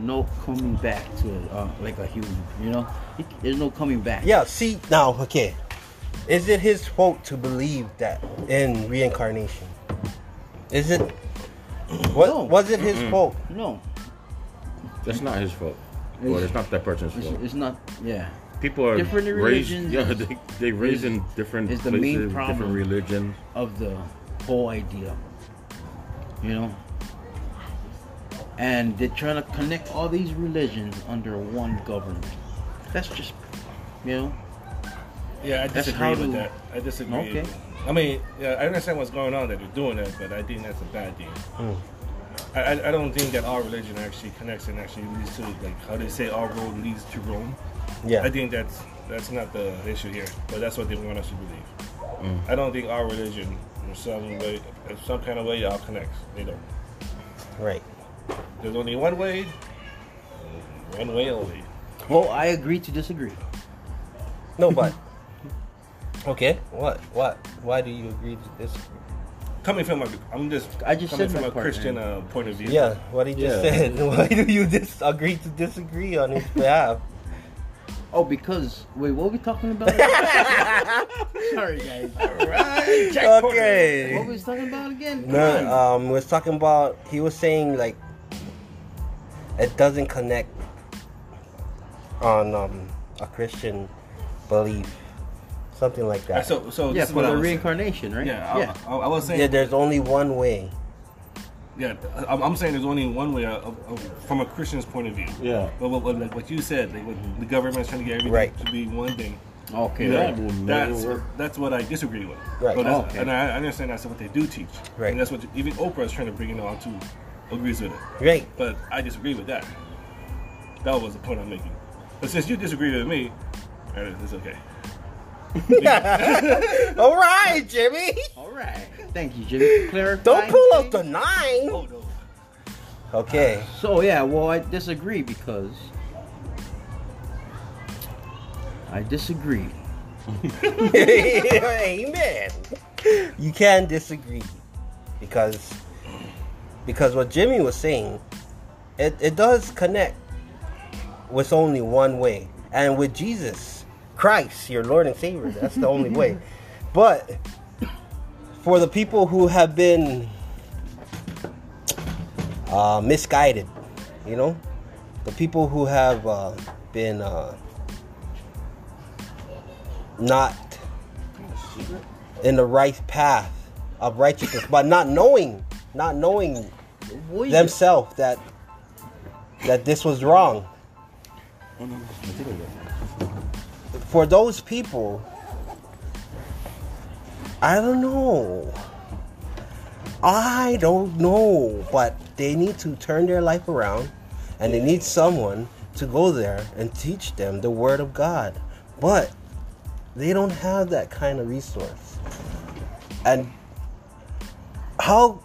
[SPEAKER 3] No coming back to it, uh, like a human, you know. There's no coming back.
[SPEAKER 2] Yeah, see now, okay. Is it his fault to believe that in reincarnation? Is it what
[SPEAKER 3] No.
[SPEAKER 2] was it his fault?
[SPEAKER 3] No,
[SPEAKER 1] That's not his fault. Well, it's not that person's
[SPEAKER 3] it's,
[SPEAKER 1] fault.
[SPEAKER 3] it's not. Yeah,
[SPEAKER 1] People are
[SPEAKER 3] different
[SPEAKER 1] raised,
[SPEAKER 3] religions
[SPEAKER 1] yeah, *laughs* they they raised in different
[SPEAKER 3] is the
[SPEAKER 1] places,
[SPEAKER 3] main problem.
[SPEAKER 1] different religions.
[SPEAKER 3] of the whole idea. You know? And they're trying to connect all these religions under one government. That's just, you know?
[SPEAKER 4] Yeah, I
[SPEAKER 3] That's
[SPEAKER 4] disagree
[SPEAKER 3] how
[SPEAKER 4] with
[SPEAKER 3] to-
[SPEAKER 4] that. I disagree.
[SPEAKER 3] Okay.
[SPEAKER 4] I mean, yeah, I understand what's going on that they're doing that, but I think that's a bad thing.
[SPEAKER 3] Mm.
[SPEAKER 4] I, I, I don't think that our religion actually connects and actually leads to like how they say our road leads to Rome.
[SPEAKER 2] Yeah.
[SPEAKER 4] I think that's that's not the issue here, but that's what they want us to believe.
[SPEAKER 3] Mm.
[SPEAKER 4] I don't think our religion, in some way, in some kind of way, all connects. They don't.
[SPEAKER 2] Right.
[SPEAKER 4] There's only one way, one way only.
[SPEAKER 3] Well, I agree to disagree.
[SPEAKER 2] No but Okay. What? What? Why do you agree to this?
[SPEAKER 4] Coming from a, I'm just
[SPEAKER 3] I just
[SPEAKER 4] coming
[SPEAKER 3] said
[SPEAKER 4] from
[SPEAKER 3] my
[SPEAKER 4] a
[SPEAKER 3] part,
[SPEAKER 4] Christian
[SPEAKER 3] man.
[SPEAKER 4] uh, point of view.
[SPEAKER 2] Yeah, what he just
[SPEAKER 1] Yeah.
[SPEAKER 2] said. *laughs* Why do you dis- agree to disagree on his behalf?
[SPEAKER 3] Oh, because, wait, what were we talking
[SPEAKER 4] *laughs*
[SPEAKER 3] about? Sorry, guys.
[SPEAKER 4] Right, jackpot.
[SPEAKER 2] okay.
[SPEAKER 3] What were we talking about again? Come on.
[SPEAKER 2] No, um, was talking about. He was saying like it doesn't connect on um, a Christian belief, something like
[SPEAKER 4] Uh,
[SPEAKER 2] that.
[SPEAKER 4] So, so
[SPEAKER 3] yeah,
[SPEAKER 4] this is
[SPEAKER 3] for
[SPEAKER 4] what I
[SPEAKER 3] the
[SPEAKER 4] was saying.
[SPEAKER 3] reincarnation, right?
[SPEAKER 4] Yeah, uh, I,
[SPEAKER 3] yeah.
[SPEAKER 4] I, I was
[SPEAKER 2] yeah,
[SPEAKER 4] saying.
[SPEAKER 2] there's only one way.
[SPEAKER 4] Yeah, I'm, I'm saying there's only one way of, of, from a Christian's point of view.
[SPEAKER 1] Yeah.
[SPEAKER 4] But, what what- like what you said, like what the government's trying to get everything
[SPEAKER 2] Right.
[SPEAKER 4] to be one thing.
[SPEAKER 3] Okay.
[SPEAKER 1] Yeah.
[SPEAKER 3] right.
[SPEAKER 1] will never
[SPEAKER 4] That's
[SPEAKER 1] work.
[SPEAKER 4] that's what I disagree with.
[SPEAKER 2] Right.
[SPEAKER 4] So that's-
[SPEAKER 3] Okay.
[SPEAKER 4] And I I understand that's what they do teach.
[SPEAKER 2] Right.
[SPEAKER 4] And that's what even Oprah is trying to bring it on to. Agrees with it.
[SPEAKER 2] Right.
[SPEAKER 4] But I disagree with that. That was the point I'm making. But since you disagree with me, all right, it's okay.
[SPEAKER 2] All right, Jimmy.
[SPEAKER 3] All right. Thank you, Jimmy, for clarifying.
[SPEAKER 2] Don't pull up
[SPEAKER 3] things.
[SPEAKER 2] the nine.
[SPEAKER 4] no.
[SPEAKER 2] Okay.
[SPEAKER 3] So yeah, well I disagree because I disagree.
[SPEAKER 2] *laughs* Amen. You can disagree because because what Jimmy was saying, it, it does connect with only one way. And with Jesus Christ, your Lord and Savior, that's the only way. But for the people who have been uh, misguided, you know, the people who have uh, been uh, not in the right path of righteousness, but not knowing, not knowing
[SPEAKER 3] Wait,
[SPEAKER 2] themselves that that this was wrong. For those people, I don't know. I don't know, but they need to turn their life around and they need someone to go there and teach them the word of God. But they don't have that kind of resource. And how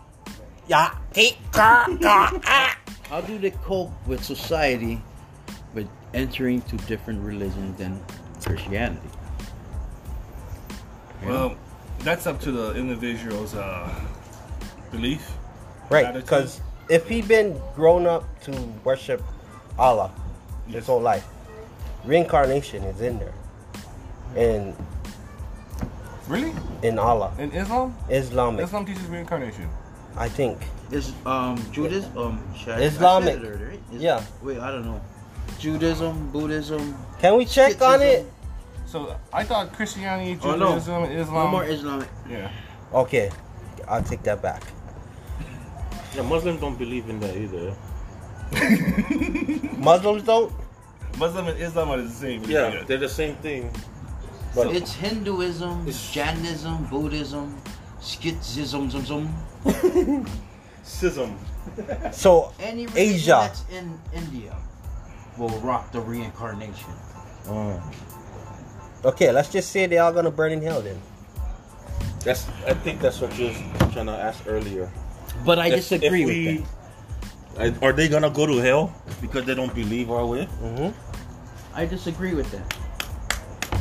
[SPEAKER 2] yeah, *laughs* keep- gah, gah, ah.
[SPEAKER 3] how do they cope with society with entering to different religions than Christianity?
[SPEAKER 4] Well, Um, that's up to the individual's uh, belief.
[SPEAKER 2] Right,
[SPEAKER 4] Attitude.
[SPEAKER 2] because if he been grown up to worship Allah his whole life, reincarnation is in there, in
[SPEAKER 4] Really?
[SPEAKER 2] in Allah,
[SPEAKER 4] In Islam?
[SPEAKER 2] Islamic,
[SPEAKER 4] Islam teaches reincarnation.
[SPEAKER 2] I think.
[SPEAKER 3] Is um Judas um Shia- I said
[SPEAKER 2] Islamic.
[SPEAKER 3] it already, right? Is-
[SPEAKER 2] Yeah.
[SPEAKER 3] Wait, I don't know. Judaism, Buddhism.
[SPEAKER 2] Can we check on it?
[SPEAKER 3] Sikhism.
[SPEAKER 4] So I thought Christianity,
[SPEAKER 3] Oh, no.
[SPEAKER 4] Judaism, and
[SPEAKER 3] No
[SPEAKER 1] Um,
[SPEAKER 4] Islam.
[SPEAKER 3] more Islamic.
[SPEAKER 4] yeah.
[SPEAKER 2] Okay, I'll take that back.
[SPEAKER 1] Yeah, Muslims don't believe in that either.
[SPEAKER 2] Muslims don't.
[SPEAKER 4] Muslim and Islam are the same.
[SPEAKER 1] Yeah, they're the same thing. But
[SPEAKER 3] It's Hinduism,
[SPEAKER 1] It's-
[SPEAKER 3] Jainism, Buddhism, Schizism, zum, zum.
[SPEAKER 1] schism.
[SPEAKER 2] So
[SPEAKER 3] Any religion
[SPEAKER 2] Asia,
[SPEAKER 3] that's in India will rock the reincarnation.
[SPEAKER 1] Mm.
[SPEAKER 2] okay, let's just say they are gonna burn in hell then.
[SPEAKER 1] That's I think that's what you was trying to ask earlier.
[SPEAKER 3] But I
[SPEAKER 1] If-
[SPEAKER 3] disagree
[SPEAKER 1] if
[SPEAKER 3] with
[SPEAKER 1] we-
[SPEAKER 3] that.
[SPEAKER 1] I- Are they gonna go to hell because they don't believe our way?
[SPEAKER 2] Mm-hmm.
[SPEAKER 3] I disagree with that.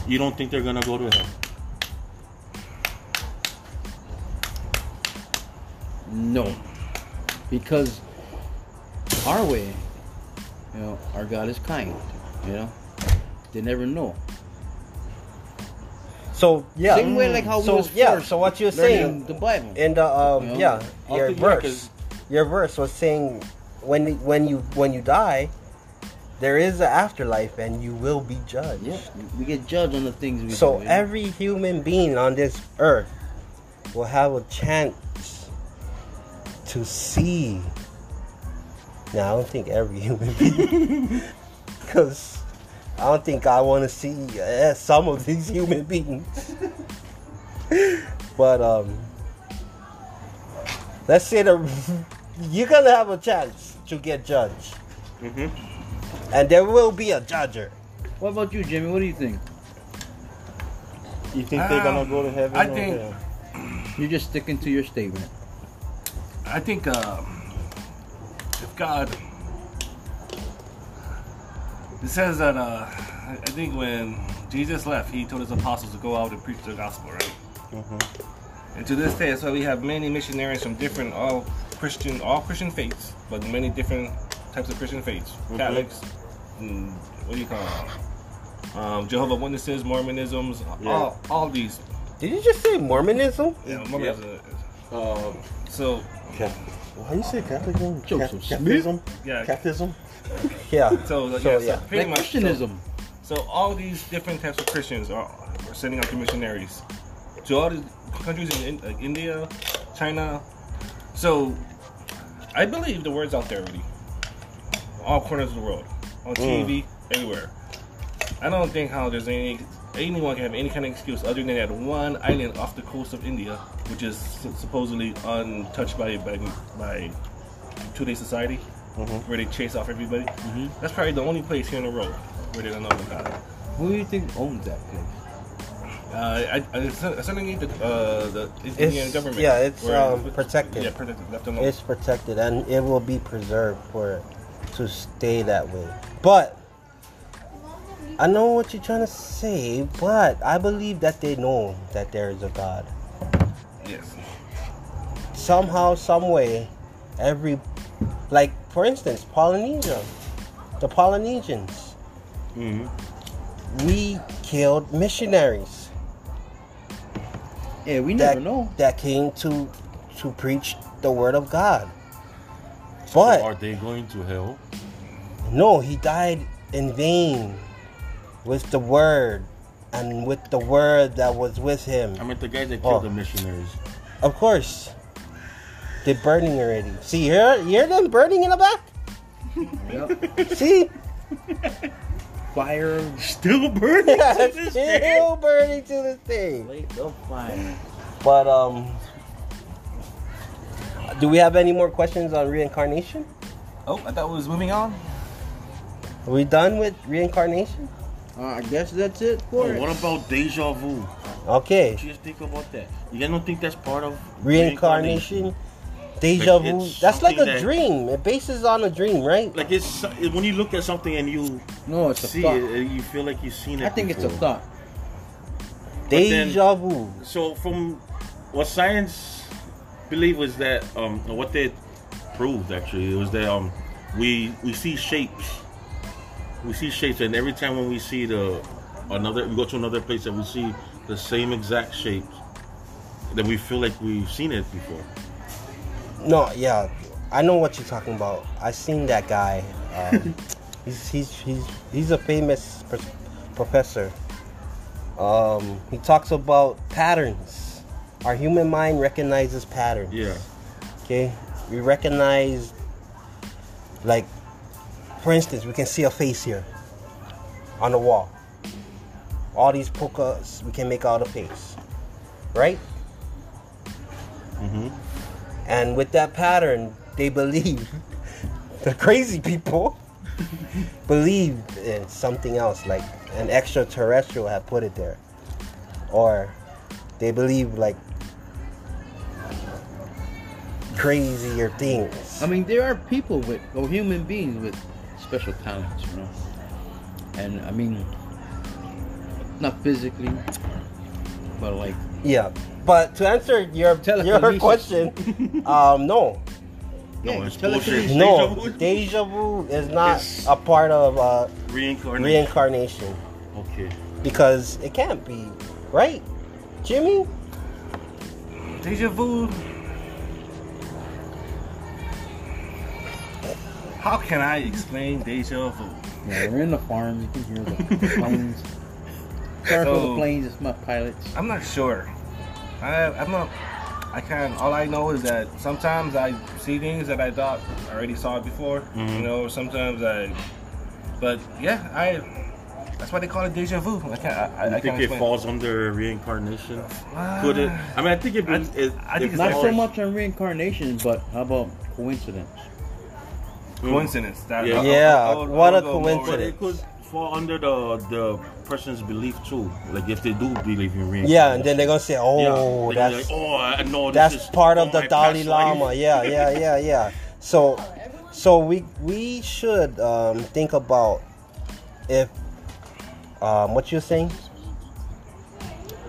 [SPEAKER 1] You don't think they're gonna go to hell?
[SPEAKER 3] No. Because our way, you know, our God is kind, you know? They never know.
[SPEAKER 2] So yeah,
[SPEAKER 3] Same way like how we
[SPEAKER 2] so
[SPEAKER 3] was
[SPEAKER 2] yeah.
[SPEAKER 3] forced
[SPEAKER 2] So what you're
[SPEAKER 3] learning
[SPEAKER 2] saying
[SPEAKER 3] the Bible.
[SPEAKER 2] in the um,
[SPEAKER 3] Yeah.
[SPEAKER 2] yeah,
[SPEAKER 1] I'll
[SPEAKER 2] your
[SPEAKER 1] think, yeah, 'cause-
[SPEAKER 2] verse, your verse was saying when when you when you die, there is an afterlife and you will be judged.
[SPEAKER 3] yeah, we get judged on the things we
[SPEAKER 2] So
[SPEAKER 3] do. you know?
[SPEAKER 2] every human being on this earth will have a chance to see. Now I don't think every *laughs* human being, because I don't think I want to see uh, some of these human beings. *laughs* but um, let's say the *laughs* you're gonna have a chance to get judged,
[SPEAKER 1] Mhm.
[SPEAKER 2] and there will be a judger.
[SPEAKER 3] What about you, Jimmy? What do you think?
[SPEAKER 1] You think they're gonna
[SPEAKER 4] Um,
[SPEAKER 1] go to heaven?
[SPEAKER 4] I
[SPEAKER 1] or
[SPEAKER 4] think-
[SPEAKER 1] hell?
[SPEAKER 3] You're just sticking to your statement.
[SPEAKER 4] I think um, if God, it says that uh, I I think when Jesus left, he told his apostles to go out and preach the gospel, right? And to this day, that's why we have many missionaries from different all Christian, all Christian faiths, but many different types of Christian faiths. Catholics, mm, what do you call them? Um, Jehovah Witnesses, Mormonisms,
[SPEAKER 1] Yeah.
[SPEAKER 4] all all these.
[SPEAKER 2] Did you just say Mormonism?
[SPEAKER 4] You know, Mormonism.
[SPEAKER 1] Uh,
[SPEAKER 4] So
[SPEAKER 1] How you say Catholic?
[SPEAKER 3] Joseph Smith.
[SPEAKER 1] Cathism?
[SPEAKER 4] Yeah.
[SPEAKER 1] Cathism?
[SPEAKER 2] Yeah.
[SPEAKER 4] So, yeah,
[SPEAKER 2] So,
[SPEAKER 4] so
[SPEAKER 2] yeah.
[SPEAKER 4] pretty
[SPEAKER 3] like
[SPEAKER 4] much
[SPEAKER 3] Christianism.
[SPEAKER 4] So all these different types of Christians are, are sending out the missionaries to all these countries in, in like India, China. So I believe the word's out there already, all corners of the world, on TV, everywhere. I don't think how there's any anyone can have any kind of excuse other than that one island off the coast of India, which is su- supposedly untouched by by, by two-day society,
[SPEAKER 2] Mm-hmm.
[SPEAKER 4] where they chase off everybody. That's probably the only place here in the world where they don't know about God.
[SPEAKER 3] Who do you think owns that place?
[SPEAKER 4] Uh, I, I, it's not- it's underneath the, uh, the Indian government.
[SPEAKER 2] yeah, it's,
[SPEAKER 4] where-
[SPEAKER 2] um, protected.
[SPEAKER 4] Yeah, protected. Left alone.
[SPEAKER 2] It's protected and it will be preserved for to stay that way. But I know what you're trying to say, but I believe that they know that there is a God.
[SPEAKER 4] yes.
[SPEAKER 2] Somehow, some way, every like for instance, Polynesia, the Polynesians,
[SPEAKER 3] Mm-hmm.
[SPEAKER 1] hmm
[SPEAKER 2] we killed missionaries
[SPEAKER 3] Yeah, we
[SPEAKER 2] that
[SPEAKER 3] never know.
[SPEAKER 2] that came to to preach the word of God.
[SPEAKER 1] But
[SPEAKER 2] But
[SPEAKER 1] are they going to hell?
[SPEAKER 2] No, he died in vain with the word and with the word that was with him.
[SPEAKER 1] I mean, the guys that killed
[SPEAKER 2] Oh.
[SPEAKER 1] the missionaries.
[SPEAKER 2] Of course, they're burning already. See, you hear, you hear them burning in the back?
[SPEAKER 3] Yep.
[SPEAKER 4] *laughs*
[SPEAKER 2] See?
[SPEAKER 3] *laughs* Fire,
[SPEAKER 1] Still *laughs* burning.
[SPEAKER 2] Still burning to this day.
[SPEAKER 3] lake of fire.
[SPEAKER 2] But, um, do we have any more questions on reincarnation?
[SPEAKER 4] Oh, I thought we was moving on.
[SPEAKER 2] Are we done with reincarnation?
[SPEAKER 3] Uh, I guess that's it for it.
[SPEAKER 1] what about deja vu?
[SPEAKER 2] Okay.
[SPEAKER 1] Just think about that. You guys don't think that's part of
[SPEAKER 2] Reincarnation, deja
[SPEAKER 1] Like,
[SPEAKER 2] vu.
[SPEAKER 1] it's
[SPEAKER 2] That's like
[SPEAKER 1] something
[SPEAKER 2] a
[SPEAKER 1] that-
[SPEAKER 2] dream. It bases on a dream, right?
[SPEAKER 1] Like it's so- when you look at something and you
[SPEAKER 3] No, it's a
[SPEAKER 1] see
[SPEAKER 3] thought.
[SPEAKER 1] it, and you feel like you've seen it.
[SPEAKER 3] I think it's a
[SPEAKER 1] before.
[SPEAKER 3] thought.
[SPEAKER 1] But then-
[SPEAKER 2] Deja vu.
[SPEAKER 1] So from what science believe was that um, what they proved actually it was that um, we we see shapes, we see shapes, and every time when we see the another we go to another place and we see the same exact shapes, then we feel like we've seen it before.
[SPEAKER 2] No, yeah, I know what you're talking about. I seen that guy. Um, he's, he's he's he's a famous pr- professor. Um, he talks about patterns. Our human mind recognizes patterns.
[SPEAKER 1] Yeah.
[SPEAKER 2] Okay, we recognize, like, for instance, we can see a face here on the wall. All these polkas, we can make out a face, right?
[SPEAKER 1] hmm
[SPEAKER 2] And with that pattern, they believe *laughs* the crazy people *laughs* believe in something else, like an extraterrestrial had put it there, or they believe like crazier things.
[SPEAKER 1] Um,
[SPEAKER 3] I mean, there are people with, or human beings with special talents, you know. And I mean, not physically, but like
[SPEAKER 2] Yeah, but to answer your your *laughs*
[SPEAKER 3] Telekinesis.
[SPEAKER 2] question, um, no,
[SPEAKER 1] No,
[SPEAKER 3] Yeah,
[SPEAKER 1] it's
[SPEAKER 3] telekinesis.
[SPEAKER 1] bullshit.
[SPEAKER 2] no,
[SPEAKER 1] *laughs* Deja vu?
[SPEAKER 2] deja vu is not
[SPEAKER 1] It's-
[SPEAKER 2] a part of uh,
[SPEAKER 1] Reincarnation.
[SPEAKER 2] reincarnation
[SPEAKER 1] Okay.
[SPEAKER 2] because it can't be, right, Jimmy?
[SPEAKER 4] Deja vu. How can I explain deja vu?
[SPEAKER 3] yeah, we're in the farm. You can hear the *laughs* planes. Sorry for the
[SPEAKER 4] So-
[SPEAKER 3] planes. It's not pilots.
[SPEAKER 4] I'm not sure. I, I'm not. I can. All I know is that sometimes I see things that I thought I already saw it before.
[SPEAKER 2] Mm-hmm.
[SPEAKER 4] You know. Sometimes I. But yeah, I. That's why they call it deja vu. I can't. I, I,
[SPEAKER 1] I,
[SPEAKER 4] I
[SPEAKER 1] think
[SPEAKER 4] can't
[SPEAKER 1] it
[SPEAKER 4] explain.
[SPEAKER 1] falls under reincarnation.
[SPEAKER 4] Ah,
[SPEAKER 1] Could it? I mean, I think it.
[SPEAKER 4] I-
[SPEAKER 1] it,
[SPEAKER 4] I
[SPEAKER 1] it
[SPEAKER 4] think it's
[SPEAKER 3] Not so
[SPEAKER 1] falls-
[SPEAKER 3] much on reincarnation, but how about coincidence?
[SPEAKER 4] coincidence. That,
[SPEAKER 1] Yeah.
[SPEAKER 2] Yeah, what a
[SPEAKER 4] go more.
[SPEAKER 1] But
[SPEAKER 2] coincidence.
[SPEAKER 1] it could fall under the the person's belief too. Like if they do believe in reincarnation.
[SPEAKER 2] Yeah, and then they're gonna say,
[SPEAKER 1] Yeah,
[SPEAKER 2] oh,
[SPEAKER 1] they gonna be like,
[SPEAKER 2] that's
[SPEAKER 1] oh, I know this
[SPEAKER 2] that's
[SPEAKER 1] is
[SPEAKER 2] part
[SPEAKER 1] from
[SPEAKER 2] of the
[SPEAKER 1] my
[SPEAKER 2] Dalai
[SPEAKER 1] *laughs* past life."
[SPEAKER 2] Lama. Yeah, yeah, yeah, yeah. So, so we we should um, think about if um, what you're saying,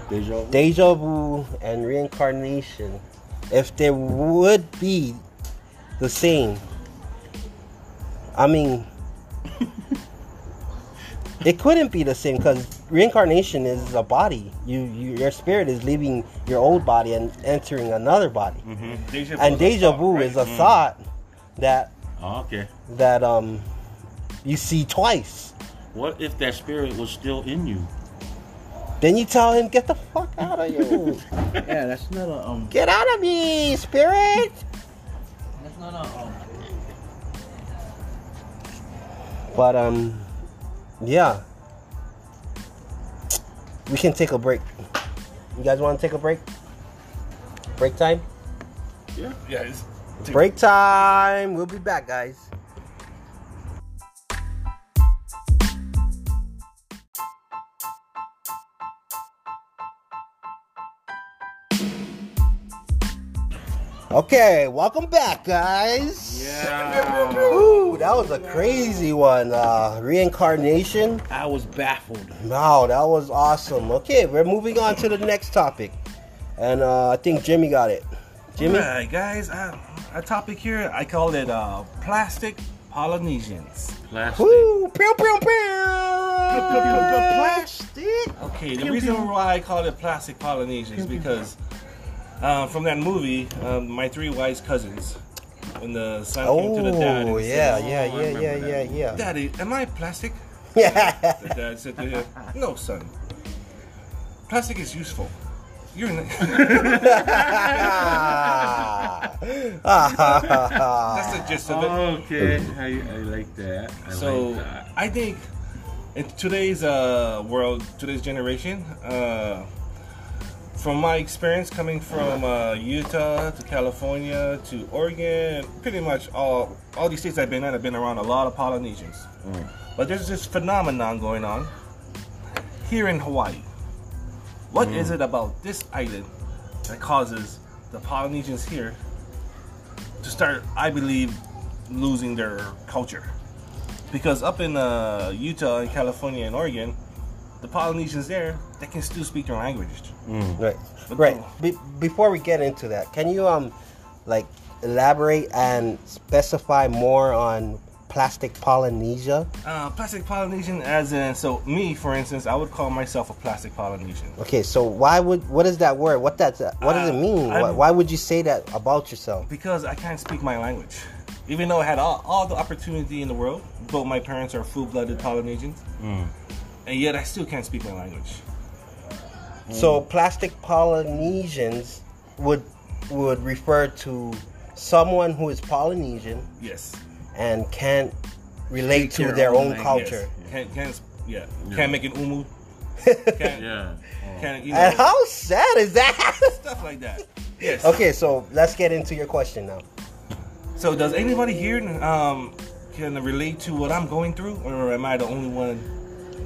[SPEAKER 1] Deja vu.
[SPEAKER 2] deja vu and reincarnation, if they would be the same. I mean, it couldn't be the same because reincarnation is a body. You, you your spirit is leaving your old body and entering another body
[SPEAKER 1] Mhm.
[SPEAKER 4] Deja vu
[SPEAKER 2] and
[SPEAKER 4] is a
[SPEAKER 2] deja
[SPEAKER 4] thought,
[SPEAKER 2] vu
[SPEAKER 4] right? Mm.
[SPEAKER 2] is a thought that
[SPEAKER 1] Ah, okay.
[SPEAKER 2] that um you see twice.
[SPEAKER 1] What if that spirit was still in you?
[SPEAKER 2] Then you tell him, "Get the fuck out of you!
[SPEAKER 3] *laughs* Yeah, that's not a um.
[SPEAKER 2] Get out of me, spirit!"
[SPEAKER 3] That's not a um.
[SPEAKER 2] But um, yeah, we can take a break. You guys want to take a break? Break time.
[SPEAKER 4] Yeah. It's,
[SPEAKER 2] Break time. We'll be back, guys. Okay, welcome back, guys.
[SPEAKER 4] yeah.
[SPEAKER 2] Ooh, that was a crazy one. Uh, reincarnation.
[SPEAKER 3] I was baffled.
[SPEAKER 2] Wow, that was awesome. Okay, we're moving on to the next topic, and uh, I think Jimmy got it. Jimmy.
[SPEAKER 4] Alright, guys, I, a topic here. I call it uh, plastic Polynesians.
[SPEAKER 1] Plastic.
[SPEAKER 2] Woo! Pew, pew, pew.
[SPEAKER 3] Plastic.
[SPEAKER 4] Okay, the reason why I call it plastic Polynesians is because uh, from that movie, um, my three wise cousins, when the son came to the dad,
[SPEAKER 2] Oh
[SPEAKER 4] and he
[SPEAKER 2] yeah,
[SPEAKER 4] said,
[SPEAKER 2] yeah,
[SPEAKER 1] "Oh, I
[SPEAKER 2] yeah, yeah,
[SPEAKER 1] remember
[SPEAKER 2] yeah,
[SPEAKER 1] that."
[SPEAKER 2] yeah.
[SPEAKER 4] Daddy, am I plastic?
[SPEAKER 2] Yeah.
[SPEAKER 4] The dad said
[SPEAKER 2] *laughs*
[SPEAKER 4] to him, No, son. Plastic is useful. You're not. *laughs*
[SPEAKER 2] Ah. *laughs*
[SPEAKER 4] That's the gist of it.
[SPEAKER 1] Okay, I, I like that. I
[SPEAKER 4] so
[SPEAKER 1] like that.
[SPEAKER 4] I think in today's uh, world, today's generation, uh, from my experience coming from uh, Utah to California to Oregon, pretty much all all these states I've been in, I've been around a lot of Polynesians.
[SPEAKER 1] Mm.
[SPEAKER 4] But there's this phenomenon going on here in Hawaii. What is
[SPEAKER 1] Mm.
[SPEAKER 4] it about this island that causes the Polynesians here to start, I believe, losing their culture? because up in uh, Utah and California and Oregon, the Polynesians there they can still speak their language.
[SPEAKER 2] *laughs* right,
[SPEAKER 4] But
[SPEAKER 2] right.
[SPEAKER 4] no.
[SPEAKER 2] Be- before we get into that, can you um, like, elaborate and specify more on plastic Polynesia?
[SPEAKER 4] Uh, plastic Polynesian, as in so me, for instance, I would call myself a plastic Polynesian.
[SPEAKER 2] Okay, so why would what is that word? What that what does
[SPEAKER 4] Uh,
[SPEAKER 2] it mean? Why,
[SPEAKER 4] I'm-
[SPEAKER 2] why would you say that about yourself?
[SPEAKER 4] because I can't speak my language. Even though I had all, all the opportunity in the world, both my parents are full blooded Polynesians, and yet I still can't speak my language.
[SPEAKER 2] So
[SPEAKER 3] Mm.
[SPEAKER 2] plastic Polynesians would would refer to someone who is Polynesian
[SPEAKER 4] Yes.
[SPEAKER 2] and can't relate
[SPEAKER 3] Speak
[SPEAKER 2] to
[SPEAKER 3] their
[SPEAKER 2] their own
[SPEAKER 3] own language.
[SPEAKER 2] culture.
[SPEAKER 4] Yes. Can't, can't, s- yeah. Can't make
[SPEAKER 2] *laughs*
[SPEAKER 4] an umu. Can't,
[SPEAKER 1] Yeah.
[SPEAKER 4] can't, you
[SPEAKER 2] And
[SPEAKER 4] know,
[SPEAKER 2] how sad is that? *laughs*
[SPEAKER 4] stuff like that. Yes.
[SPEAKER 2] okay, so let's get into your question now.
[SPEAKER 4] So does anybody here um, can relate to what I'm going through, or am I the only one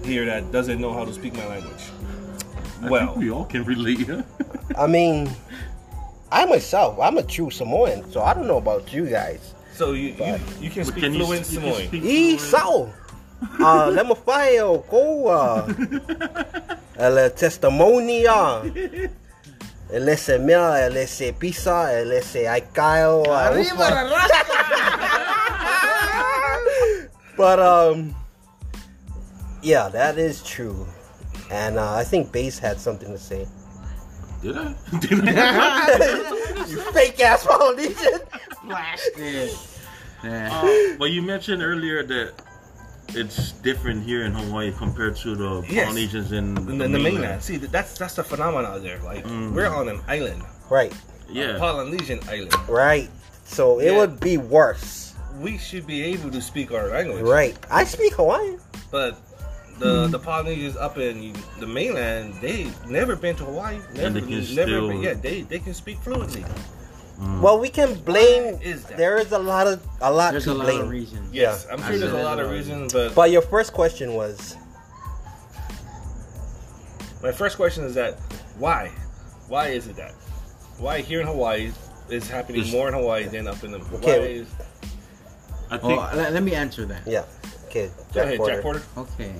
[SPEAKER 4] here that doesn't know how to speak my language?
[SPEAKER 1] I think
[SPEAKER 4] Well,
[SPEAKER 1] we all can relate. Huh?
[SPEAKER 2] I mean, I myself, I'm a true Samoan, so I don't know about you guys.
[SPEAKER 4] so you you, you can
[SPEAKER 1] But
[SPEAKER 4] speak
[SPEAKER 1] can you-
[SPEAKER 4] fluent
[SPEAKER 1] you can
[SPEAKER 4] Samoan.
[SPEAKER 1] speak
[SPEAKER 2] E *laughs*
[SPEAKER 1] fluent-
[SPEAKER 2] sao. Uh, let me fire koa. a la testimonia. E El ese mil, el ese pisa, e el ese aicayo. *laughs* But um, yeah, that is true, and uh, I think Bass had something to say.
[SPEAKER 1] Did I? *laughs* Did I?
[SPEAKER 2] *laughs* you fake ass Polynesian.
[SPEAKER 3] Yeah. Yeah.
[SPEAKER 1] *laughs* Uh, but you mentioned earlier that it's different here in Hawaii compared to the
[SPEAKER 4] Yes.
[SPEAKER 1] Polynesians in,
[SPEAKER 4] in the, in the mainland. See, th- that's that's the phenomenon there. Like we're on an island,
[SPEAKER 2] Right,
[SPEAKER 1] Mm. Yeah.
[SPEAKER 4] Uh, Polynesian island.
[SPEAKER 2] right. So it
[SPEAKER 4] Yeah.
[SPEAKER 2] would be worse.
[SPEAKER 4] We should be able to speak our language,
[SPEAKER 2] Right. I speak Hawaiian.
[SPEAKER 4] But the the Polynesians up in the mainland, they never been to Hawaii.
[SPEAKER 1] And
[SPEAKER 4] Never,
[SPEAKER 1] they can
[SPEAKER 4] never.
[SPEAKER 1] still-
[SPEAKER 4] been- yeah, they they can speak fluently.
[SPEAKER 2] Well, we can blame.
[SPEAKER 4] Why is that?
[SPEAKER 2] There is a lot of a lot
[SPEAKER 3] There's
[SPEAKER 2] to
[SPEAKER 3] a lot
[SPEAKER 2] blame.
[SPEAKER 3] of reasons.
[SPEAKER 4] Yes, I'm sure
[SPEAKER 3] I
[SPEAKER 4] there's a
[SPEAKER 3] said
[SPEAKER 4] lot of
[SPEAKER 3] it.
[SPEAKER 4] reasons, but
[SPEAKER 2] but your first question was
[SPEAKER 4] My first question is that why? Why is it that? Why here in Hawaii is happening
[SPEAKER 1] It's-
[SPEAKER 4] more in Hawaii than up in the
[SPEAKER 2] Okay.
[SPEAKER 4] why is,
[SPEAKER 1] I
[SPEAKER 3] Oh, *laughs*
[SPEAKER 1] think
[SPEAKER 3] let, let me answer that.
[SPEAKER 2] yeah. Okay, Jack
[SPEAKER 4] Go ahead,
[SPEAKER 2] Porter.
[SPEAKER 4] Jack Porter.
[SPEAKER 3] Okay.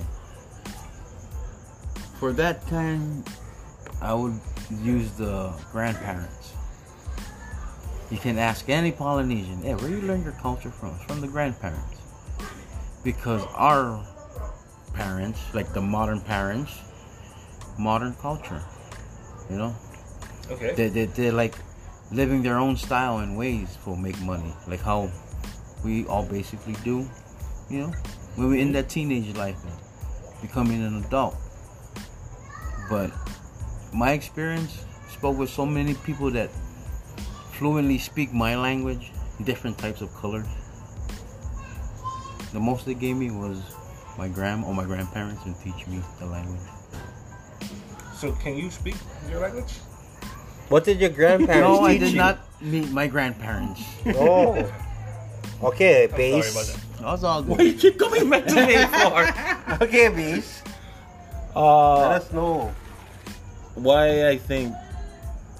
[SPEAKER 3] For that time, I would use the grandparents. You can ask any Polynesian, hey, where you learn your culture from? It's from the grandparents. Because our parents, like the modern parents, modern culture, you know?
[SPEAKER 4] Okay.
[SPEAKER 3] They, they, they're like living their own style and ways for make money. Like how we all basically do, you know? When we're in that teenage life, man, becoming an adult. But my experience spoke with so many people that fluently speak my language, different types of colors. The most they gave me was my gram or my grandparents and teach me the language.
[SPEAKER 4] So can you speak your language?
[SPEAKER 2] What did your grandparents
[SPEAKER 3] No, I
[SPEAKER 2] teach
[SPEAKER 3] did
[SPEAKER 2] you?
[SPEAKER 3] not meet my grandparents.
[SPEAKER 2] Oh. Okay,
[SPEAKER 4] I'm
[SPEAKER 2] base.
[SPEAKER 4] sorry about
[SPEAKER 3] That's all good.
[SPEAKER 1] Why you keep coming back to me for?
[SPEAKER 2] Okay, base.
[SPEAKER 1] Uh,
[SPEAKER 2] Let us know.
[SPEAKER 1] *laughs* why I think,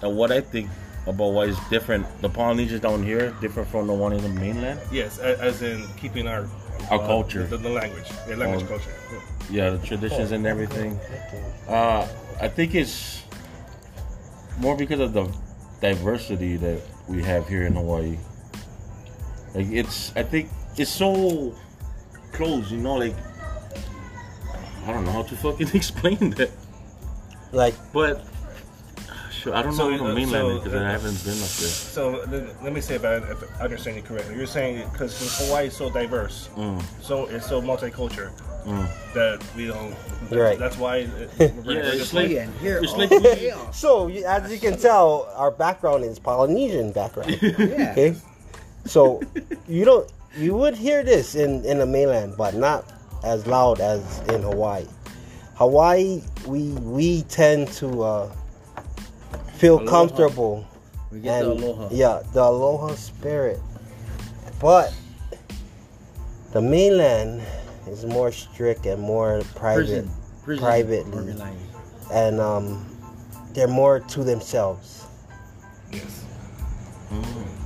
[SPEAKER 1] uh, what I think about why it's different. The Polynesians down here different from the one in the mainland.
[SPEAKER 4] that. Yes, a- as in keeping our
[SPEAKER 1] Our culture.
[SPEAKER 4] the, the language, the language
[SPEAKER 1] Um,
[SPEAKER 4] culture.
[SPEAKER 1] yeah, the traditions and everything. Uh, I think it's more because of the diversity that we have here in Hawaii. Like it's, I think it's so close, you know. Like I don't know how to fucking *laughs* explain that,
[SPEAKER 2] Like,
[SPEAKER 1] but sure, I don't
[SPEAKER 4] So,
[SPEAKER 1] know the
[SPEAKER 4] uh,
[SPEAKER 1] mainland
[SPEAKER 4] so,
[SPEAKER 1] because
[SPEAKER 4] uh,
[SPEAKER 1] I haven't been up there.
[SPEAKER 4] So then, let me say if I, if I understand you correctly. You're saying because Hawaii is so diverse, so it's so multicultural that we don't. That's,
[SPEAKER 2] Right.
[SPEAKER 4] That's why. It, we're,
[SPEAKER 1] Yeah,
[SPEAKER 4] we're
[SPEAKER 1] it's
[SPEAKER 4] just
[SPEAKER 1] like
[SPEAKER 4] like,
[SPEAKER 3] and here
[SPEAKER 1] it's
[SPEAKER 3] all
[SPEAKER 1] like
[SPEAKER 3] the
[SPEAKER 1] we-
[SPEAKER 3] way up.
[SPEAKER 2] so you- as you can tell, our background is Polynesian background.
[SPEAKER 3] *laughs* Yeah.
[SPEAKER 2] Okay, so you don't you would hear this in in the mainland, but not as loud as in Hawaii. Hawaii, we we tend to uh, feel
[SPEAKER 3] Aloha.
[SPEAKER 2] comfortable.
[SPEAKER 3] We get the
[SPEAKER 2] and-
[SPEAKER 3] aloha.
[SPEAKER 2] Yeah, the aloha spirit. But the mainland is more strict and more private,
[SPEAKER 3] Prison. Prison.
[SPEAKER 2] privately.
[SPEAKER 3] organized.
[SPEAKER 2] and um, they're more to themselves.
[SPEAKER 4] yes.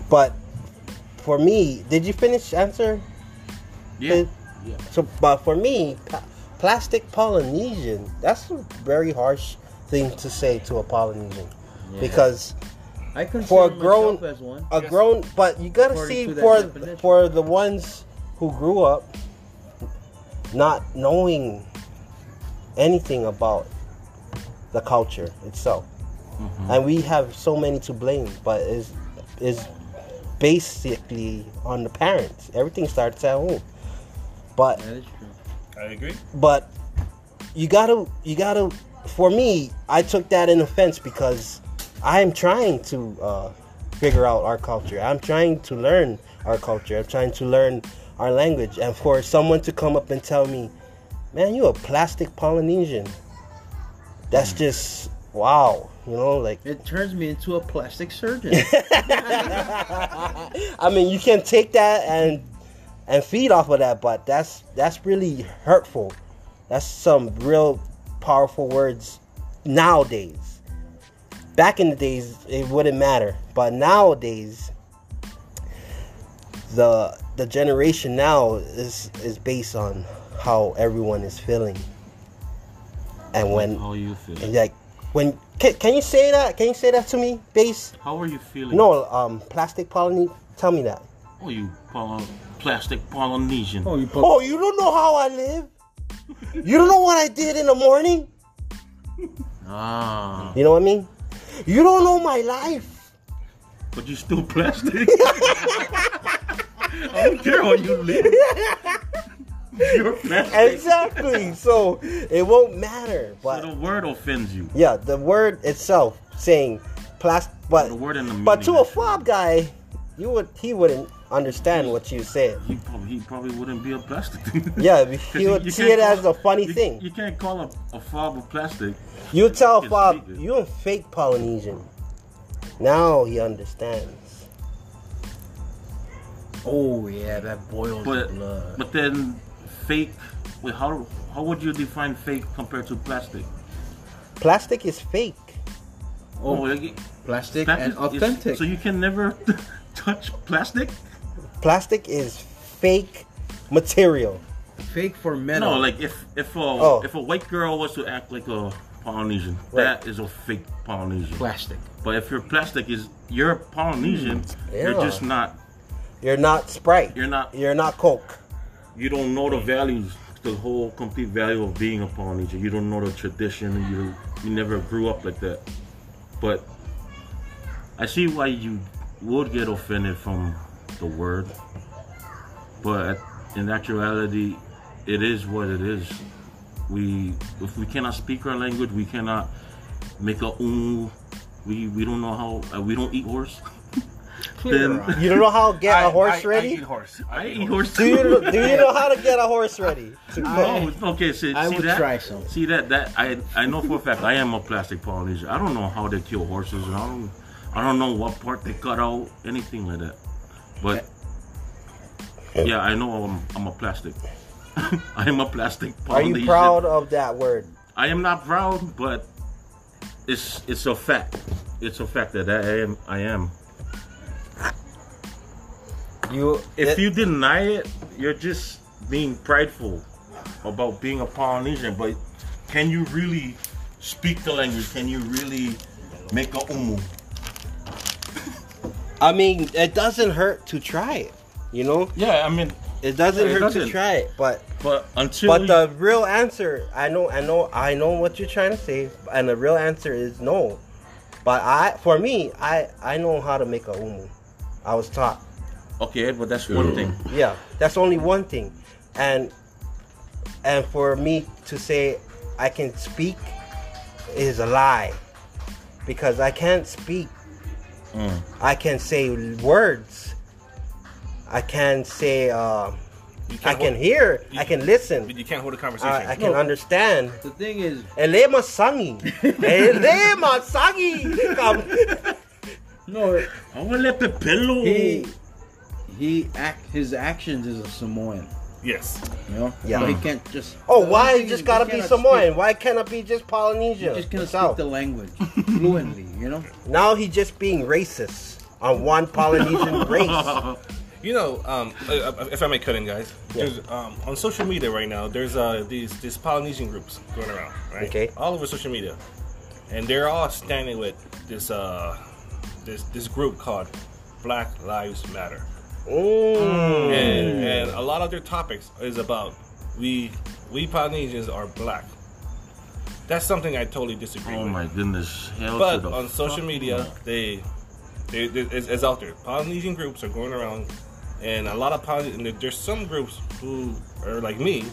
[SPEAKER 2] But for me, did you finish answer?
[SPEAKER 1] Yeah, yeah.
[SPEAKER 2] So, but for me, pa- plastic Polynesian, that's a very harsh thing to say to a Polynesian. Because
[SPEAKER 3] I consider
[SPEAKER 2] For a grown-
[SPEAKER 3] myself as one.
[SPEAKER 2] a grown, but you gotta
[SPEAKER 3] According
[SPEAKER 2] see
[SPEAKER 3] to that
[SPEAKER 2] for
[SPEAKER 3] definition.
[SPEAKER 2] for the ones who grew up not knowing anything about the culture itself, and we have so many to blame. But is is basically on the parents. Everything starts at home, but
[SPEAKER 3] That is true.
[SPEAKER 4] I agree.
[SPEAKER 2] but you gotta you gotta for me i took that in offense because i'm trying to uh, figure out our culture i'm trying to learn our culture i'm trying to learn our language and for someone to come up and tell me man you a plastic polynesian that's just wow you know like
[SPEAKER 3] It turns me into a plastic
[SPEAKER 2] *laughs*
[SPEAKER 3] surgeon.
[SPEAKER 2] i mean you can take that and and feed off of that but that's that's really hurtful that's some real powerful words nowadays back in the days it wouldn't matter but nowadays the the generation now is is based on how everyone is feeling And when
[SPEAKER 1] How you
[SPEAKER 2] and
[SPEAKER 1] feeling?
[SPEAKER 2] like when can, can you say that? Can you say that to me, base?
[SPEAKER 1] How are you feeling?
[SPEAKER 2] No, um, plastic Polynesian. Tell me that.
[SPEAKER 1] Oh, you poly- plastic Polynesian.
[SPEAKER 4] Oh, you put
[SPEAKER 2] Oh, you don't know how I live. You don't know what I did in the morning.
[SPEAKER 3] Ah.
[SPEAKER 2] You know what I mean? You don't know my life.
[SPEAKER 1] But you still plastic. *laughs* I don't care how you live. You're plastic. *laughs*
[SPEAKER 2] Exactly. so it won't matter.
[SPEAKER 1] So the
[SPEAKER 2] But
[SPEAKER 1] word offends you.
[SPEAKER 2] yeah, the word itself saying plastic, but
[SPEAKER 1] The word and the meaning.
[SPEAKER 2] but to a fob guy, you would he wouldn't understand what you said.
[SPEAKER 1] He probably, he probably wouldn't be a plastic. *laughs*
[SPEAKER 2] Yeah, he would see it as a funny
[SPEAKER 1] you,
[SPEAKER 2] thing.
[SPEAKER 1] You can't call a, a fob a plastic.
[SPEAKER 2] You tell
[SPEAKER 1] Yes,
[SPEAKER 2] Fob,
[SPEAKER 1] we do.
[SPEAKER 2] you a fake Polynesian. Now he understands.
[SPEAKER 3] Oh yeah, that boils
[SPEAKER 1] But
[SPEAKER 3] blood.
[SPEAKER 1] but then fake. Wait, how how would you define fake compared to plastic?
[SPEAKER 2] Plastic is fake.
[SPEAKER 1] Oh,
[SPEAKER 3] oh,
[SPEAKER 1] like,
[SPEAKER 3] plastic
[SPEAKER 1] plastic
[SPEAKER 3] and
[SPEAKER 1] is-
[SPEAKER 3] authentic.
[SPEAKER 1] so you can never *laughs* touch plastic.
[SPEAKER 2] Plastic is fake material.
[SPEAKER 3] Fake for metal.
[SPEAKER 1] No, like if if a
[SPEAKER 2] Oh.
[SPEAKER 1] if a white girl was to act like a Polynesian, that is a fake Polynesian.
[SPEAKER 3] plastic.
[SPEAKER 1] But if your plastic is you're a Polynesian, you're
[SPEAKER 2] Mm. yeah.
[SPEAKER 1] just not.
[SPEAKER 2] You're not Sprite.
[SPEAKER 1] You're not-
[SPEAKER 2] You're not Coke.
[SPEAKER 1] You don't know the values, the whole complete value of being a Polynesian. You don't know the tradition. You you never grew up like that. But I see why you would get offended from the word. But in actuality, it is what it is. We if we cannot speak our language, we cannot make a umu. We we don't know how uh, we don't eat horse. *laughs*
[SPEAKER 3] Clear
[SPEAKER 1] Then-
[SPEAKER 2] You don't know how to get
[SPEAKER 1] *laughs*
[SPEAKER 4] I-
[SPEAKER 2] a horse
[SPEAKER 4] I-
[SPEAKER 2] ready.
[SPEAKER 4] I eat horse.
[SPEAKER 1] I eat horse
[SPEAKER 2] *laughs* do
[SPEAKER 1] too.
[SPEAKER 2] you do you know how to get a horse ready? To
[SPEAKER 1] No,
[SPEAKER 2] cook?
[SPEAKER 1] Oh, it's- okay, see,
[SPEAKER 3] I
[SPEAKER 1] see
[SPEAKER 3] would
[SPEAKER 1] that?
[SPEAKER 3] try some.
[SPEAKER 1] See that? That I I know for a fact I am a plastic Polynesian. I don't know how they kill horses, and I don't I don't know what part they cut out, anything like that. But yeah, I know I'm, I'm a plastic. *laughs* I am a plastic
[SPEAKER 2] Are
[SPEAKER 1] Polynesian.
[SPEAKER 2] you proud of that word?
[SPEAKER 1] I am not proud, but it's it's a fact. It's a fact that I am I am.
[SPEAKER 2] You
[SPEAKER 1] If
[SPEAKER 2] it-
[SPEAKER 1] you deny it, you're just being prideful about being a Polynesian. But can you really speak the language? Can you really make a umu?
[SPEAKER 2] I mean, it doesn't hurt to try it. You know,
[SPEAKER 1] Yeah, I mean,
[SPEAKER 2] it doesn't
[SPEAKER 1] It
[SPEAKER 2] hurt
[SPEAKER 1] doesn't.
[SPEAKER 2] to try it, but
[SPEAKER 1] but until
[SPEAKER 2] But
[SPEAKER 1] you-
[SPEAKER 4] uh,
[SPEAKER 2] the real answer, I know, I know, I know what you're trying to say, and the real answer is no. But I, for me, I, I know how to make a umu. I was taught.
[SPEAKER 1] okay, but that's one thing.
[SPEAKER 2] Yeah, that's only one thing, and and for me to say I can speak is a lie, because I can't speak.
[SPEAKER 1] Mm.
[SPEAKER 2] I can say words. I can say. Uh,
[SPEAKER 4] You
[SPEAKER 2] I
[SPEAKER 4] can't
[SPEAKER 2] can
[SPEAKER 4] hold-
[SPEAKER 2] hear.
[SPEAKER 4] you-
[SPEAKER 2] I can listen.
[SPEAKER 4] But you can't hold a conversation.
[SPEAKER 2] I, I can understand.
[SPEAKER 3] The thing is,
[SPEAKER 2] Ele masangi. Ele masangi. Come.
[SPEAKER 3] no,
[SPEAKER 1] I want to let the pillow.
[SPEAKER 3] he he act his actions is a Samoan.
[SPEAKER 4] yes.
[SPEAKER 3] You know?
[SPEAKER 2] Yeah.
[SPEAKER 3] So he can't just.
[SPEAKER 2] Oh,
[SPEAKER 3] the
[SPEAKER 2] why it
[SPEAKER 3] only thing is
[SPEAKER 2] just
[SPEAKER 3] he
[SPEAKER 2] gotta be
[SPEAKER 3] cannot
[SPEAKER 2] Samoan?
[SPEAKER 3] speak-
[SPEAKER 2] Why can't it be just Polynesian?
[SPEAKER 3] Just gonna
[SPEAKER 2] South?
[SPEAKER 3] speak the
[SPEAKER 2] *laughs*
[SPEAKER 3] language fluently. You know.
[SPEAKER 2] Now he just being racist on one
[SPEAKER 4] *laughs*
[SPEAKER 2] Polynesian race.
[SPEAKER 4] You know, um, uh, if I may cut in, guys, there's, um, on social media right now, there's uh, these these Polynesian groups going around, right?
[SPEAKER 2] Okay.
[SPEAKER 4] All over social media, and they're all standing with this uh, this this group called Black Lives Matter,
[SPEAKER 1] Hmm.
[SPEAKER 2] Mm.
[SPEAKER 4] and, and a lot of their topics is about we we Polynesians are black. That's something I totally disagree
[SPEAKER 1] oh
[SPEAKER 4] with.
[SPEAKER 1] my goodness! Hell to
[SPEAKER 4] But
[SPEAKER 1] the
[SPEAKER 4] on social
[SPEAKER 1] fuck
[SPEAKER 4] media,
[SPEAKER 1] no.
[SPEAKER 4] they, they, they it's, it's out there. Polynesian groups are going around, and a lot of Polynesian. And there's some groups who are like me,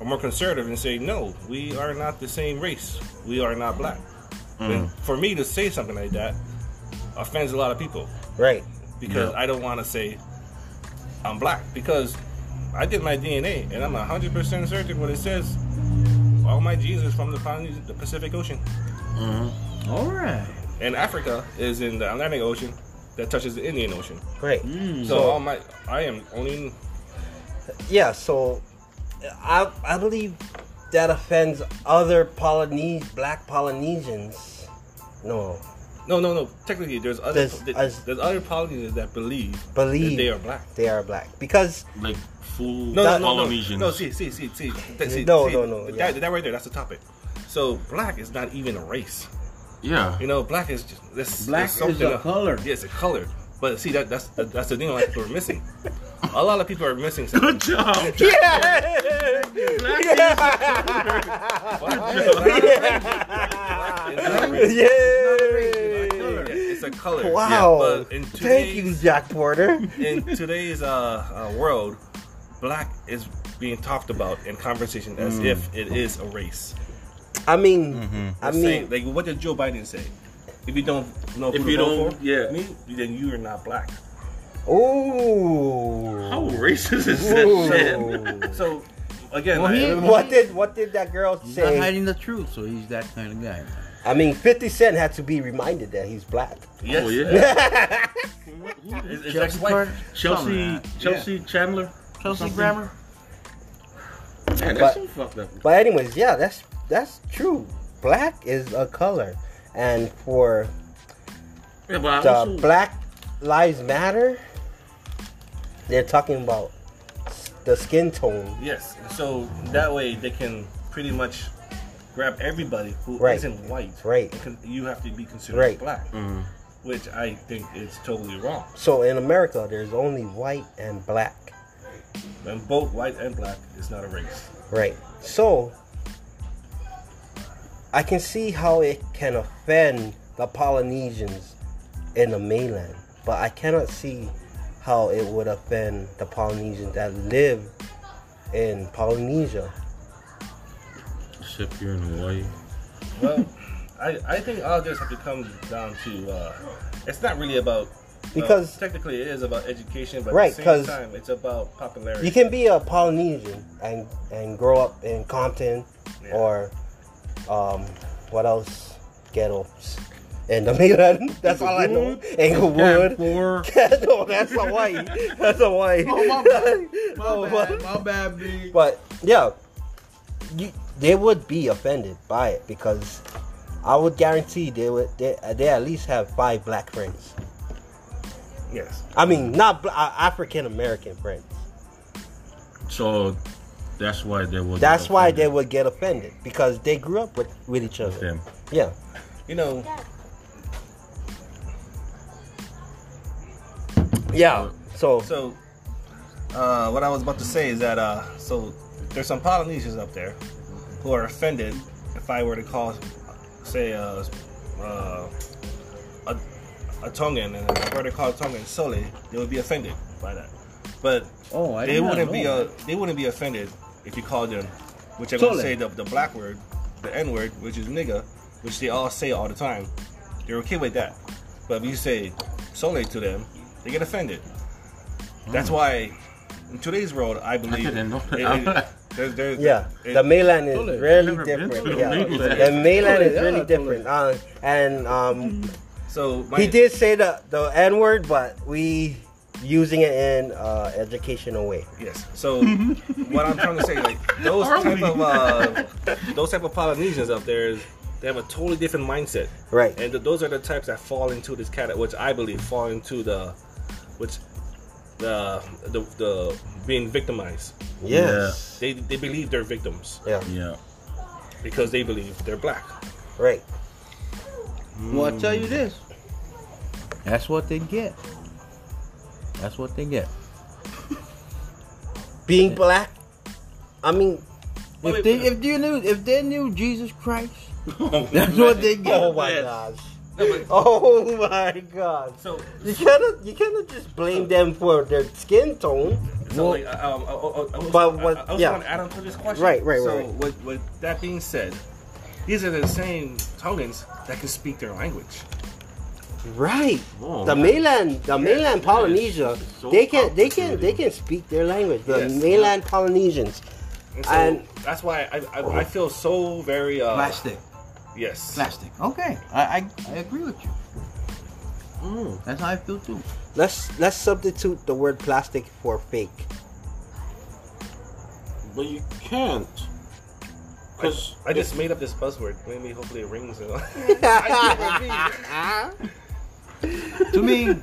[SPEAKER 4] are more conservative and say, no, we are not the same race. We are not black. And for me to say something like that offends a lot of people
[SPEAKER 2] Right.
[SPEAKER 4] because
[SPEAKER 1] Yeah.
[SPEAKER 4] I don't want to say I'm black because I did my DNA and I'm 100% certain what it says. All my genes is from the, Polynesian, the Pacific Ocean.
[SPEAKER 3] All right.
[SPEAKER 4] and Africa is in the Atlantic Ocean that touches the Indian Ocean.
[SPEAKER 2] Right.
[SPEAKER 4] So all my I am only
[SPEAKER 2] Yeah. So, I I believe that offends other Polynesian black Polynesians. No,
[SPEAKER 4] no no no technically there's other
[SPEAKER 2] There's-
[SPEAKER 4] there's, there's other Polynesians that believe
[SPEAKER 2] Believe.
[SPEAKER 4] that they are black.
[SPEAKER 2] they are black
[SPEAKER 4] *laughs*
[SPEAKER 2] because
[SPEAKER 1] like full
[SPEAKER 4] No, no, no, no,
[SPEAKER 1] Polynesians.
[SPEAKER 4] no. See, see, see, see. That, see
[SPEAKER 2] No,
[SPEAKER 4] see,
[SPEAKER 2] no, no,
[SPEAKER 4] That,
[SPEAKER 2] yeah.
[SPEAKER 4] that right there, that's the topic. So black is not even a race.
[SPEAKER 1] Yeah.
[SPEAKER 4] You know, black is just this.
[SPEAKER 3] Black is a color.
[SPEAKER 4] Yeah, it's a color. But see, that that's that's the thing a lot of people are missing. A lot of people are missing.
[SPEAKER 2] *laughs*
[SPEAKER 4] something.
[SPEAKER 1] Good job.
[SPEAKER 4] Black is not a race. Black is not a race. Yeah,
[SPEAKER 2] Yay!
[SPEAKER 4] It's a color. Yeah,
[SPEAKER 2] Wow.
[SPEAKER 4] but in
[SPEAKER 2] Thank you,
[SPEAKER 4] today's-
[SPEAKER 2] Jack Porter.
[SPEAKER 4] in today's uh, uh, world, black is being talked about in conversation as
[SPEAKER 1] Mm.
[SPEAKER 4] if it is a race.
[SPEAKER 2] I mean, I
[SPEAKER 4] Say-
[SPEAKER 2] mean,
[SPEAKER 4] like what did Joe Biden say? If you don't know
[SPEAKER 1] If
[SPEAKER 4] who to
[SPEAKER 1] you
[SPEAKER 4] vote
[SPEAKER 1] don't-
[SPEAKER 4] for,
[SPEAKER 1] yeah.
[SPEAKER 4] me, then you are not black.
[SPEAKER 1] How
[SPEAKER 2] ooh.
[SPEAKER 1] racist is
[SPEAKER 2] Ooh.
[SPEAKER 1] that shit?
[SPEAKER 4] *laughs* So again,
[SPEAKER 3] Well, he-
[SPEAKER 4] I-
[SPEAKER 2] What did what did that girl
[SPEAKER 3] He's not
[SPEAKER 2] say?
[SPEAKER 3] hiding the truth, so he's that kind of guy.
[SPEAKER 2] I mean, Fifty Cent had to be reminded that he's black.
[SPEAKER 4] yes,
[SPEAKER 1] Oh
[SPEAKER 4] *laughs*
[SPEAKER 1] yeah.
[SPEAKER 4] it's, it's
[SPEAKER 3] Chelsea,
[SPEAKER 4] ex-wife.
[SPEAKER 3] Carter? Something
[SPEAKER 1] Chelsea
[SPEAKER 3] like that.
[SPEAKER 1] Chelsea Chandler.
[SPEAKER 3] Yeah. Chelsea
[SPEAKER 1] something.
[SPEAKER 3] Grammer.
[SPEAKER 1] Man,
[SPEAKER 2] But-
[SPEAKER 1] that's some fucked up.
[SPEAKER 2] But anyways, yeah, that's that's true. Black is a color, and for
[SPEAKER 1] Yeah, but I
[SPEAKER 2] the
[SPEAKER 1] also-
[SPEAKER 2] Black Lives Matter, they're talking about s- the skin tone.
[SPEAKER 4] Yes. So that way they can pretty much grab everybody who
[SPEAKER 2] Right.
[SPEAKER 4] not white.
[SPEAKER 2] Right.
[SPEAKER 4] Because You have to be considered
[SPEAKER 2] Right.
[SPEAKER 4] black, which I think is totally wrong.
[SPEAKER 2] So in America, there's only white and black.
[SPEAKER 4] And both white and black is not a race.
[SPEAKER 2] Right. So I can see how it can offend the Polynesians in the mainland, but I cannot see how it would offend the Polynesians that live in Polynesia.
[SPEAKER 1] Except you're in Hawaii.
[SPEAKER 2] *laughs*
[SPEAKER 4] Well, I, I think all this has to come down to uh, it's not really about well,
[SPEAKER 2] Because-
[SPEAKER 4] technically it is about education, but
[SPEAKER 2] Right,
[SPEAKER 4] at the same
[SPEAKER 2] 'cause-
[SPEAKER 4] time it's about popularity.
[SPEAKER 2] You can be a Polynesian and and grow up in Compton
[SPEAKER 4] Yeah.
[SPEAKER 2] or um what else ghettos in the *laughs* mainland. That's all I know. Englewood.
[SPEAKER 1] Four.
[SPEAKER 2] *laughs* no, that's Hawaii. That's Hawaii.
[SPEAKER 3] *laughs* Oh, my bad.
[SPEAKER 2] *laughs* No,
[SPEAKER 3] My
[SPEAKER 2] but-
[SPEAKER 3] bad, my bad, B.
[SPEAKER 2] But yeah, you, they would be offended by it because I would guarantee they would they, they at least have five black friends.
[SPEAKER 4] yes.
[SPEAKER 2] I mean, not bl- uh, African American friends.
[SPEAKER 1] So that's why they were.
[SPEAKER 2] That's why they would get offended because they grew up with, with each other.
[SPEAKER 1] them.
[SPEAKER 2] Yeah,
[SPEAKER 4] You know,
[SPEAKER 2] yeah. So
[SPEAKER 4] so uh, what I was about to say is that uh, so there's some Polynesians up there who are offended if I were to call, say, uh, uh, a, a Tongan and if I were to call a Tongan Sole, they would be offended by that. But
[SPEAKER 3] Oh, I
[SPEAKER 4] they
[SPEAKER 3] did not
[SPEAKER 4] wouldn't
[SPEAKER 3] know
[SPEAKER 4] be
[SPEAKER 3] that.
[SPEAKER 4] uh, they wouldn't be offended if you called them, which I'm gonna
[SPEAKER 3] Totally.
[SPEAKER 4] say the, the black word, the N word, which is nigga, which they all say all the time. They're okay with that, but if you say sole to them, they get offended. That's why in today's world, I believe
[SPEAKER 1] didn't know that.
[SPEAKER 4] there's, there's,
[SPEAKER 2] yeah,
[SPEAKER 4] it-
[SPEAKER 2] the mainland is
[SPEAKER 3] Totally.
[SPEAKER 2] really
[SPEAKER 1] Never been
[SPEAKER 2] different.
[SPEAKER 1] to the
[SPEAKER 2] Yeah,
[SPEAKER 1] mainland.
[SPEAKER 2] the mainland
[SPEAKER 3] Totally,
[SPEAKER 2] is really
[SPEAKER 3] yeah,
[SPEAKER 2] different. Uh, and um,
[SPEAKER 4] so my,
[SPEAKER 2] he did say the the N word, but we using it in uh, educational way.
[SPEAKER 4] Yes. So what I'm trying to say, like those
[SPEAKER 1] Are
[SPEAKER 4] type
[SPEAKER 1] we?
[SPEAKER 4] of uh, those type of Polynesians up there, is, they have a totally different mindset.
[SPEAKER 2] Right.
[SPEAKER 4] And th- those are the types that fall into this cat, which I believe fall into the, which, the the, the being victimized.
[SPEAKER 2] Yes.
[SPEAKER 4] They they believe they're victims
[SPEAKER 2] Yeah.
[SPEAKER 1] Yeah.
[SPEAKER 4] because they believe they're black.
[SPEAKER 2] Right.
[SPEAKER 3] Well, I tell you this. That's what they get. That's what they get.
[SPEAKER 2] Being black. I mean,
[SPEAKER 4] Wait,
[SPEAKER 3] If they
[SPEAKER 4] wait.
[SPEAKER 3] if you knew if they knew Jesus Christ, *laughs* that's what they get.
[SPEAKER 2] oh my gosh. *laughs* Oh my gosh.
[SPEAKER 4] So
[SPEAKER 2] You cannot you cannot just blame them for their skin tone.
[SPEAKER 4] So like, um, I, I, I was,
[SPEAKER 2] But what-
[SPEAKER 4] I, I was
[SPEAKER 2] yeah.
[SPEAKER 4] going to add on to this question.
[SPEAKER 2] Right, right,
[SPEAKER 4] So
[SPEAKER 2] right.
[SPEAKER 4] With, with that being said, these are the same Tongans that can speak their language.
[SPEAKER 2] Right.
[SPEAKER 1] Oh,
[SPEAKER 2] the
[SPEAKER 1] man.
[SPEAKER 2] mainland the mainland
[SPEAKER 1] that
[SPEAKER 2] Polynesia,
[SPEAKER 1] is so
[SPEAKER 2] they can they can they
[SPEAKER 1] complicated.
[SPEAKER 2] can speak their language. The
[SPEAKER 4] Yes.
[SPEAKER 2] mainland Polynesians.
[SPEAKER 4] And so
[SPEAKER 2] And-
[SPEAKER 4] that's why I, I, I feel so very uh,
[SPEAKER 3] Plastic,
[SPEAKER 4] Yes.
[SPEAKER 3] plastic. Okay, I, I I agree with you.
[SPEAKER 1] Mm.
[SPEAKER 3] That's how I feel too.
[SPEAKER 2] Let's let's substitute the word plastic for fake.
[SPEAKER 1] But you can't. Because
[SPEAKER 4] I just made up this buzzword. Maybe hopefully it rings. And all. *laughs*
[SPEAKER 3] to me,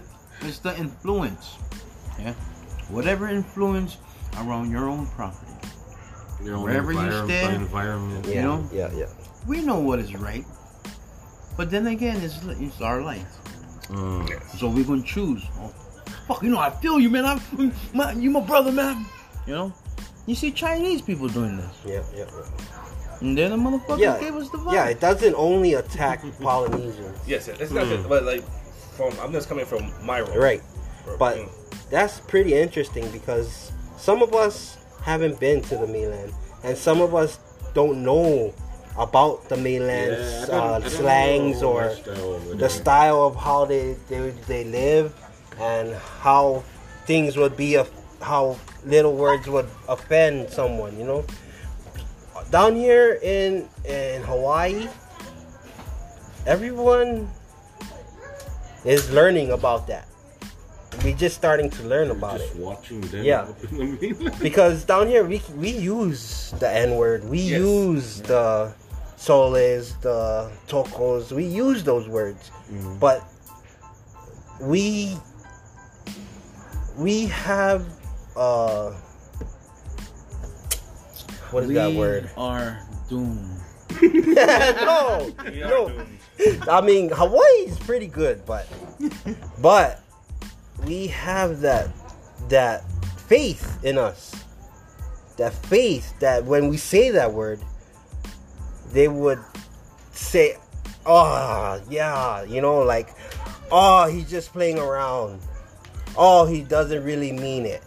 [SPEAKER 3] it's the influence. Yeah, whatever influence around your own property.
[SPEAKER 5] Your own
[SPEAKER 3] Wherever you
[SPEAKER 5] environ-
[SPEAKER 3] stand.
[SPEAKER 5] environment.
[SPEAKER 2] Yeah,
[SPEAKER 3] You know?
[SPEAKER 2] yeah, yeah.
[SPEAKER 3] We know what is right, but then again, it's it's our life,
[SPEAKER 1] uh,
[SPEAKER 5] Mm.
[SPEAKER 3] so we're gonna choose. Oh, fuck, you know, I feel you, man. I'm my, you, my brother, man. You know, you see Chinese people doing this,
[SPEAKER 2] Yeah, yeah,
[SPEAKER 3] and they're the motherfuckers
[SPEAKER 2] yeah.
[SPEAKER 3] gave us the
[SPEAKER 2] Yeah,
[SPEAKER 3] vibe.
[SPEAKER 2] yeah, it doesn't only attack *laughs* Polynesians.
[SPEAKER 4] Yes, yes, it's not that, but like from I'm just coming from my role.
[SPEAKER 2] Hmm. Right.
[SPEAKER 4] Or-
[SPEAKER 2] But
[SPEAKER 4] mm.
[SPEAKER 2] that's pretty interesting because some of us haven't been to the mainland, and some of us don't know about the mainland
[SPEAKER 5] Yeah, I don't- I
[SPEAKER 2] uh,
[SPEAKER 5] don't
[SPEAKER 2] slangs
[SPEAKER 5] know
[SPEAKER 2] or
[SPEAKER 5] much though over
[SPEAKER 2] the
[SPEAKER 5] there.
[SPEAKER 2] style of how they, they they live and how things would be of how little words would offend someone. You know, down here in in Hawaii, everyone is learning about that. We're just starting to learn about
[SPEAKER 5] Just
[SPEAKER 2] it
[SPEAKER 5] watching them.
[SPEAKER 1] *laughs*
[SPEAKER 2] Yeah.
[SPEAKER 5] up in the mainland.
[SPEAKER 2] because down here we we use the N word, we
[SPEAKER 4] Yes.
[SPEAKER 2] use the soles, the tocos, we use those words, but we we have uh what is
[SPEAKER 3] we
[SPEAKER 2] that word?
[SPEAKER 3] are doomed.
[SPEAKER 2] *laughs* no,
[SPEAKER 4] We are
[SPEAKER 2] no.
[SPEAKER 4] doing-
[SPEAKER 2] I mean, Hawaii is pretty good, but but we have that that faith in us. That faith that when we say that word, they would say, "Oh, yeah," you know, like, "Oh, he's just playing around." "Oh, he doesn't really mean it."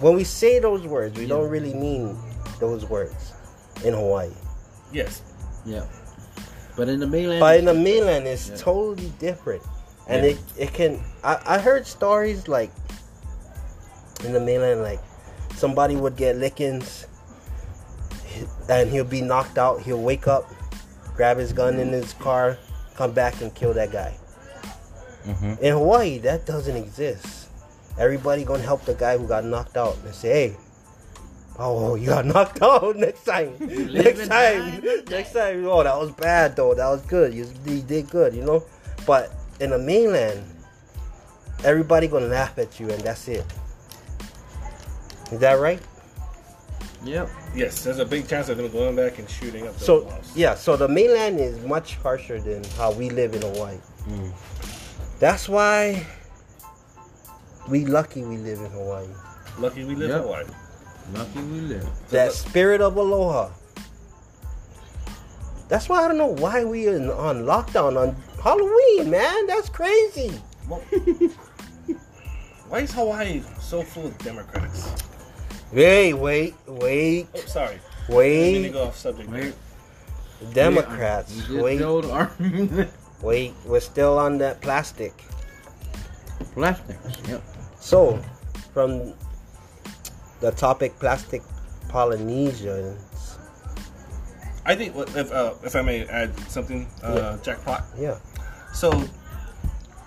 [SPEAKER 2] When we say those words, we don't really mean those words in Hawaii.
[SPEAKER 4] yes,
[SPEAKER 3] Yeah, but in the mainland,
[SPEAKER 2] But in the mainland, it's
[SPEAKER 3] Yeah.
[SPEAKER 2] totally different, and
[SPEAKER 3] Yeah.
[SPEAKER 2] it it can. I, I heard stories like in the mainland, like somebody would get lickings, and he'll be knocked out. He'll wake up, grab his gun in his car, come back and kill that guy. In Hawaii, that doesn't exist. Everybody gonna help the guy who got knocked out and say, "Hey, oh, you got *laughs* knocked out next time, next
[SPEAKER 3] and
[SPEAKER 2] time,
[SPEAKER 3] die, don't die."
[SPEAKER 2] next time." Oh, that was bad though. That was good. You, you did good, you know. But in the mainland, everybody gonna laugh at you and that's it. Is that right?
[SPEAKER 3] Yep.
[SPEAKER 4] yes. There's a big chance of them going back and shooting up. the
[SPEAKER 2] So
[SPEAKER 4] house.
[SPEAKER 2] yeah, so the mainland is much harsher than how we live in Hawaii. That's why we lucky we live in Hawaii.
[SPEAKER 4] lucky we live
[SPEAKER 3] Yeah.
[SPEAKER 4] in Hawaii.
[SPEAKER 3] Lucky we live.
[SPEAKER 2] That spirit of aloha. That's why I don't know why we in, on lockdown on Halloween, man. That's crazy.
[SPEAKER 4] Well, why is Hawaii so full of Democrats?
[SPEAKER 2] Hey, wait, wait,
[SPEAKER 4] Oh, sorry. I didn't mean to
[SPEAKER 2] wait.
[SPEAKER 4] go off subject.
[SPEAKER 3] Wait,
[SPEAKER 2] Democrats,
[SPEAKER 3] We
[SPEAKER 2] wait,
[SPEAKER 3] build our *laughs*
[SPEAKER 2] wait. We're still on that plastic.
[SPEAKER 3] plastics. Yep.
[SPEAKER 2] So, from the topic plastic Polynesians,
[SPEAKER 4] I think what- if uh, if I may add something, uh, jackpot.
[SPEAKER 2] yeah,
[SPEAKER 4] So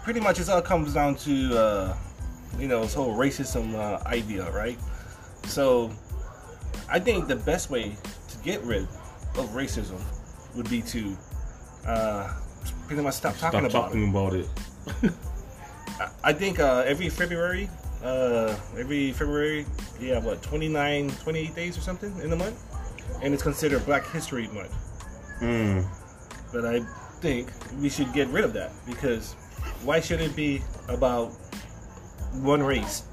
[SPEAKER 4] pretty much it all comes down to uh, you know this whole racism uh, idea, right? So I think the best way to get rid of racism would be to uh, pretty much stop
[SPEAKER 1] Stop
[SPEAKER 4] talking about it.
[SPEAKER 1] talking about it.
[SPEAKER 4] I think uh, every February, uh, every February, you have what 29, 28 days or something in the month, and it's considered Black History Month.
[SPEAKER 1] Mm.
[SPEAKER 4] But I think we should get rid of that because why should it be about one race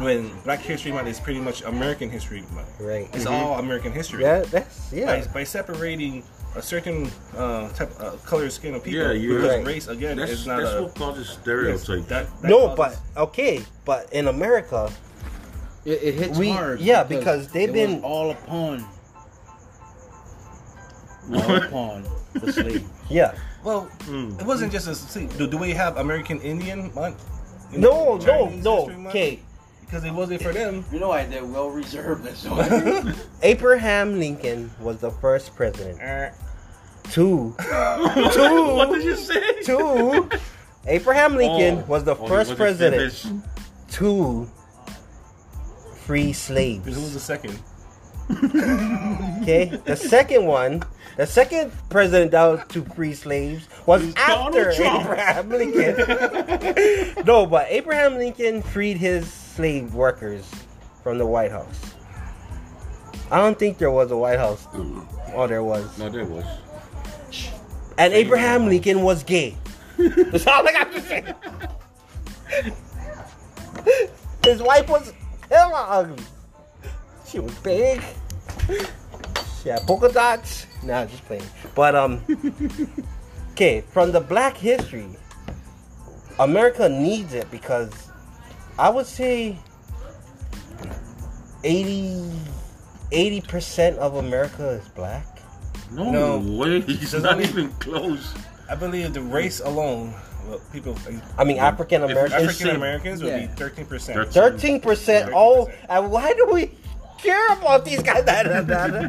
[SPEAKER 4] when Black History Month is pretty much American History Month?
[SPEAKER 2] right.
[SPEAKER 4] It's
[SPEAKER 1] Mm-hmm.
[SPEAKER 4] all American history.
[SPEAKER 2] Yeah, that's
[SPEAKER 4] By,
[SPEAKER 2] yeah.
[SPEAKER 4] by separating a certain uh, type, uh, color skin of people,
[SPEAKER 1] Yeah, you're
[SPEAKER 4] because
[SPEAKER 2] right.
[SPEAKER 4] race again
[SPEAKER 1] That's
[SPEAKER 4] is not
[SPEAKER 1] that's
[SPEAKER 4] a
[SPEAKER 1] what causes
[SPEAKER 4] yes,
[SPEAKER 1] stereotypes. *laughs*
[SPEAKER 4] that- that
[SPEAKER 2] No,
[SPEAKER 4] causes-
[SPEAKER 2] but okay, but in America,
[SPEAKER 3] It, it hits
[SPEAKER 2] We-
[SPEAKER 3] hard.
[SPEAKER 2] yeah, because they've
[SPEAKER 3] it
[SPEAKER 2] been-
[SPEAKER 3] was all *laughs* upon, all upon the slave.
[SPEAKER 2] yeah.
[SPEAKER 4] Well, it wasn't just a see. Do, do we have American Indian month? You
[SPEAKER 2] No,
[SPEAKER 4] know,
[SPEAKER 2] no,
[SPEAKER 4] Chinese
[SPEAKER 2] no.
[SPEAKER 4] History Month?
[SPEAKER 2] Okay,
[SPEAKER 4] because it wasn't for them.
[SPEAKER 3] You know, I they're well reserved. That's all.
[SPEAKER 2] Abraham Lincoln was the first president
[SPEAKER 4] Eh, *laughs*
[SPEAKER 2] to
[SPEAKER 1] what did you say?
[SPEAKER 2] to Abraham Lincoln
[SPEAKER 1] Oh.
[SPEAKER 2] was the
[SPEAKER 1] Oh, you
[SPEAKER 2] first
[SPEAKER 1] wasn't
[SPEAKER 2] president
[SPEAKER 1] finished.
[SPEAKER 2] to free
[SPEAKER 4] Who was
[SPEAKER 2] slaves.
[SPEAKER 4] the second?
[SPEAKER 2] Okay, the second one, the second president that was to free slaves was
[SPEAKER 1] Is Donald
[SPEAKER 2] after
[SPEAKER 1] Trump.
[SPEAKER 2] Abraham Lincoln. *laughs* no, but Abraham Lincoln freed his slave workers from the White House. I don't think there was a White House. Oh, there was.
[SPEAKER 1] No, there was.
[SPEAKER 2] And Abraham Lincoln was gay. That's all I got to say. His wife was hella ugly. She was big. She had polka dots. Nah, just playing. But um, okay, from the Black History, America needs it because I would say 80 percent of America is black.
[SPEAKER 1] No,
[SPEAKER 4] No.
[SPEAKER 1] way. He's
[SPEAKER 4] Doesn't
[SPEAKER 1] not
[SPEAKER 4] he-
[SPEAKER 1] even close.
[SPEAKER 4] I believe the race alone, well, people,
[SPEAKER 2] I mean, African Americans.
[SPEAKER 4] African Americans would be
[SPEAKER 3] Yeah.
[SPEAKER 4] 13%.
[SPEAKER 2] Thirteen percent.
[SPEAKER 4] 13%.
[SPEAKER 2] Oh, and why do we care about these guys? *laughs* Da, da, da, da.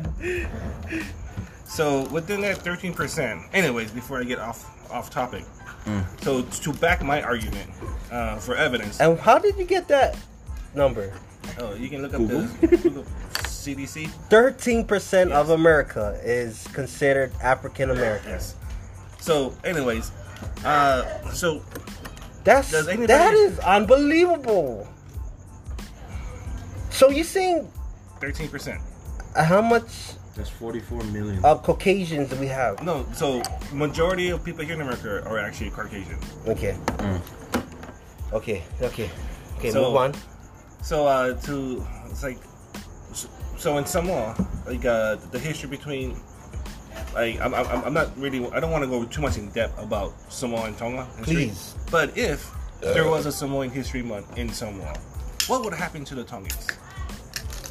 [SPEAKER 4] So within that 13%, anyways, before I get off off topic, so to back my argument uh, for evidence,
[SPEAKER 2] and how did you get that number?
[SPEAKER 4] oh, you can look up
[SPEAKER 1] Google.
[SPEAKER 4] the Google CDC.
[SPEAKER 2] Thirteen percent of America is considered African American.
[SPEAKER 4] Yes. So, anyways, uh, so
[SPEAKER 2] That's
[SPEAKER 4] Does anybody-
[SPEAKER 2] that is unbelievable. So you saying
[SPEAKER 4] 13%.
[SPEAKER 2] uh, how much
[SPEAKER 1] That's 44 million.
[SPEAKER 2] of Caucasians do we have?
[SPEAKER 4] No, so majority of people here in America are actually Caucasian.
[SPEAKER 2] Okay. Okay. Okay. Okay.
[SPEAKER 4] Mm. So-
[SPEAKER 2] move on.
[SPEAKER 4] So uh, to it's like so- so in Samoa, like uh, the history between like I'm, I'm, I'm not really I don't want to go too much in depth about Samoa and Tonga. history.
[SPEAKER 2] Please.
[SPEAKER 4] But if there was a Samoan History Month in Samoa, what would happen to the Tongans?
[SPEAKER 3] *laughs*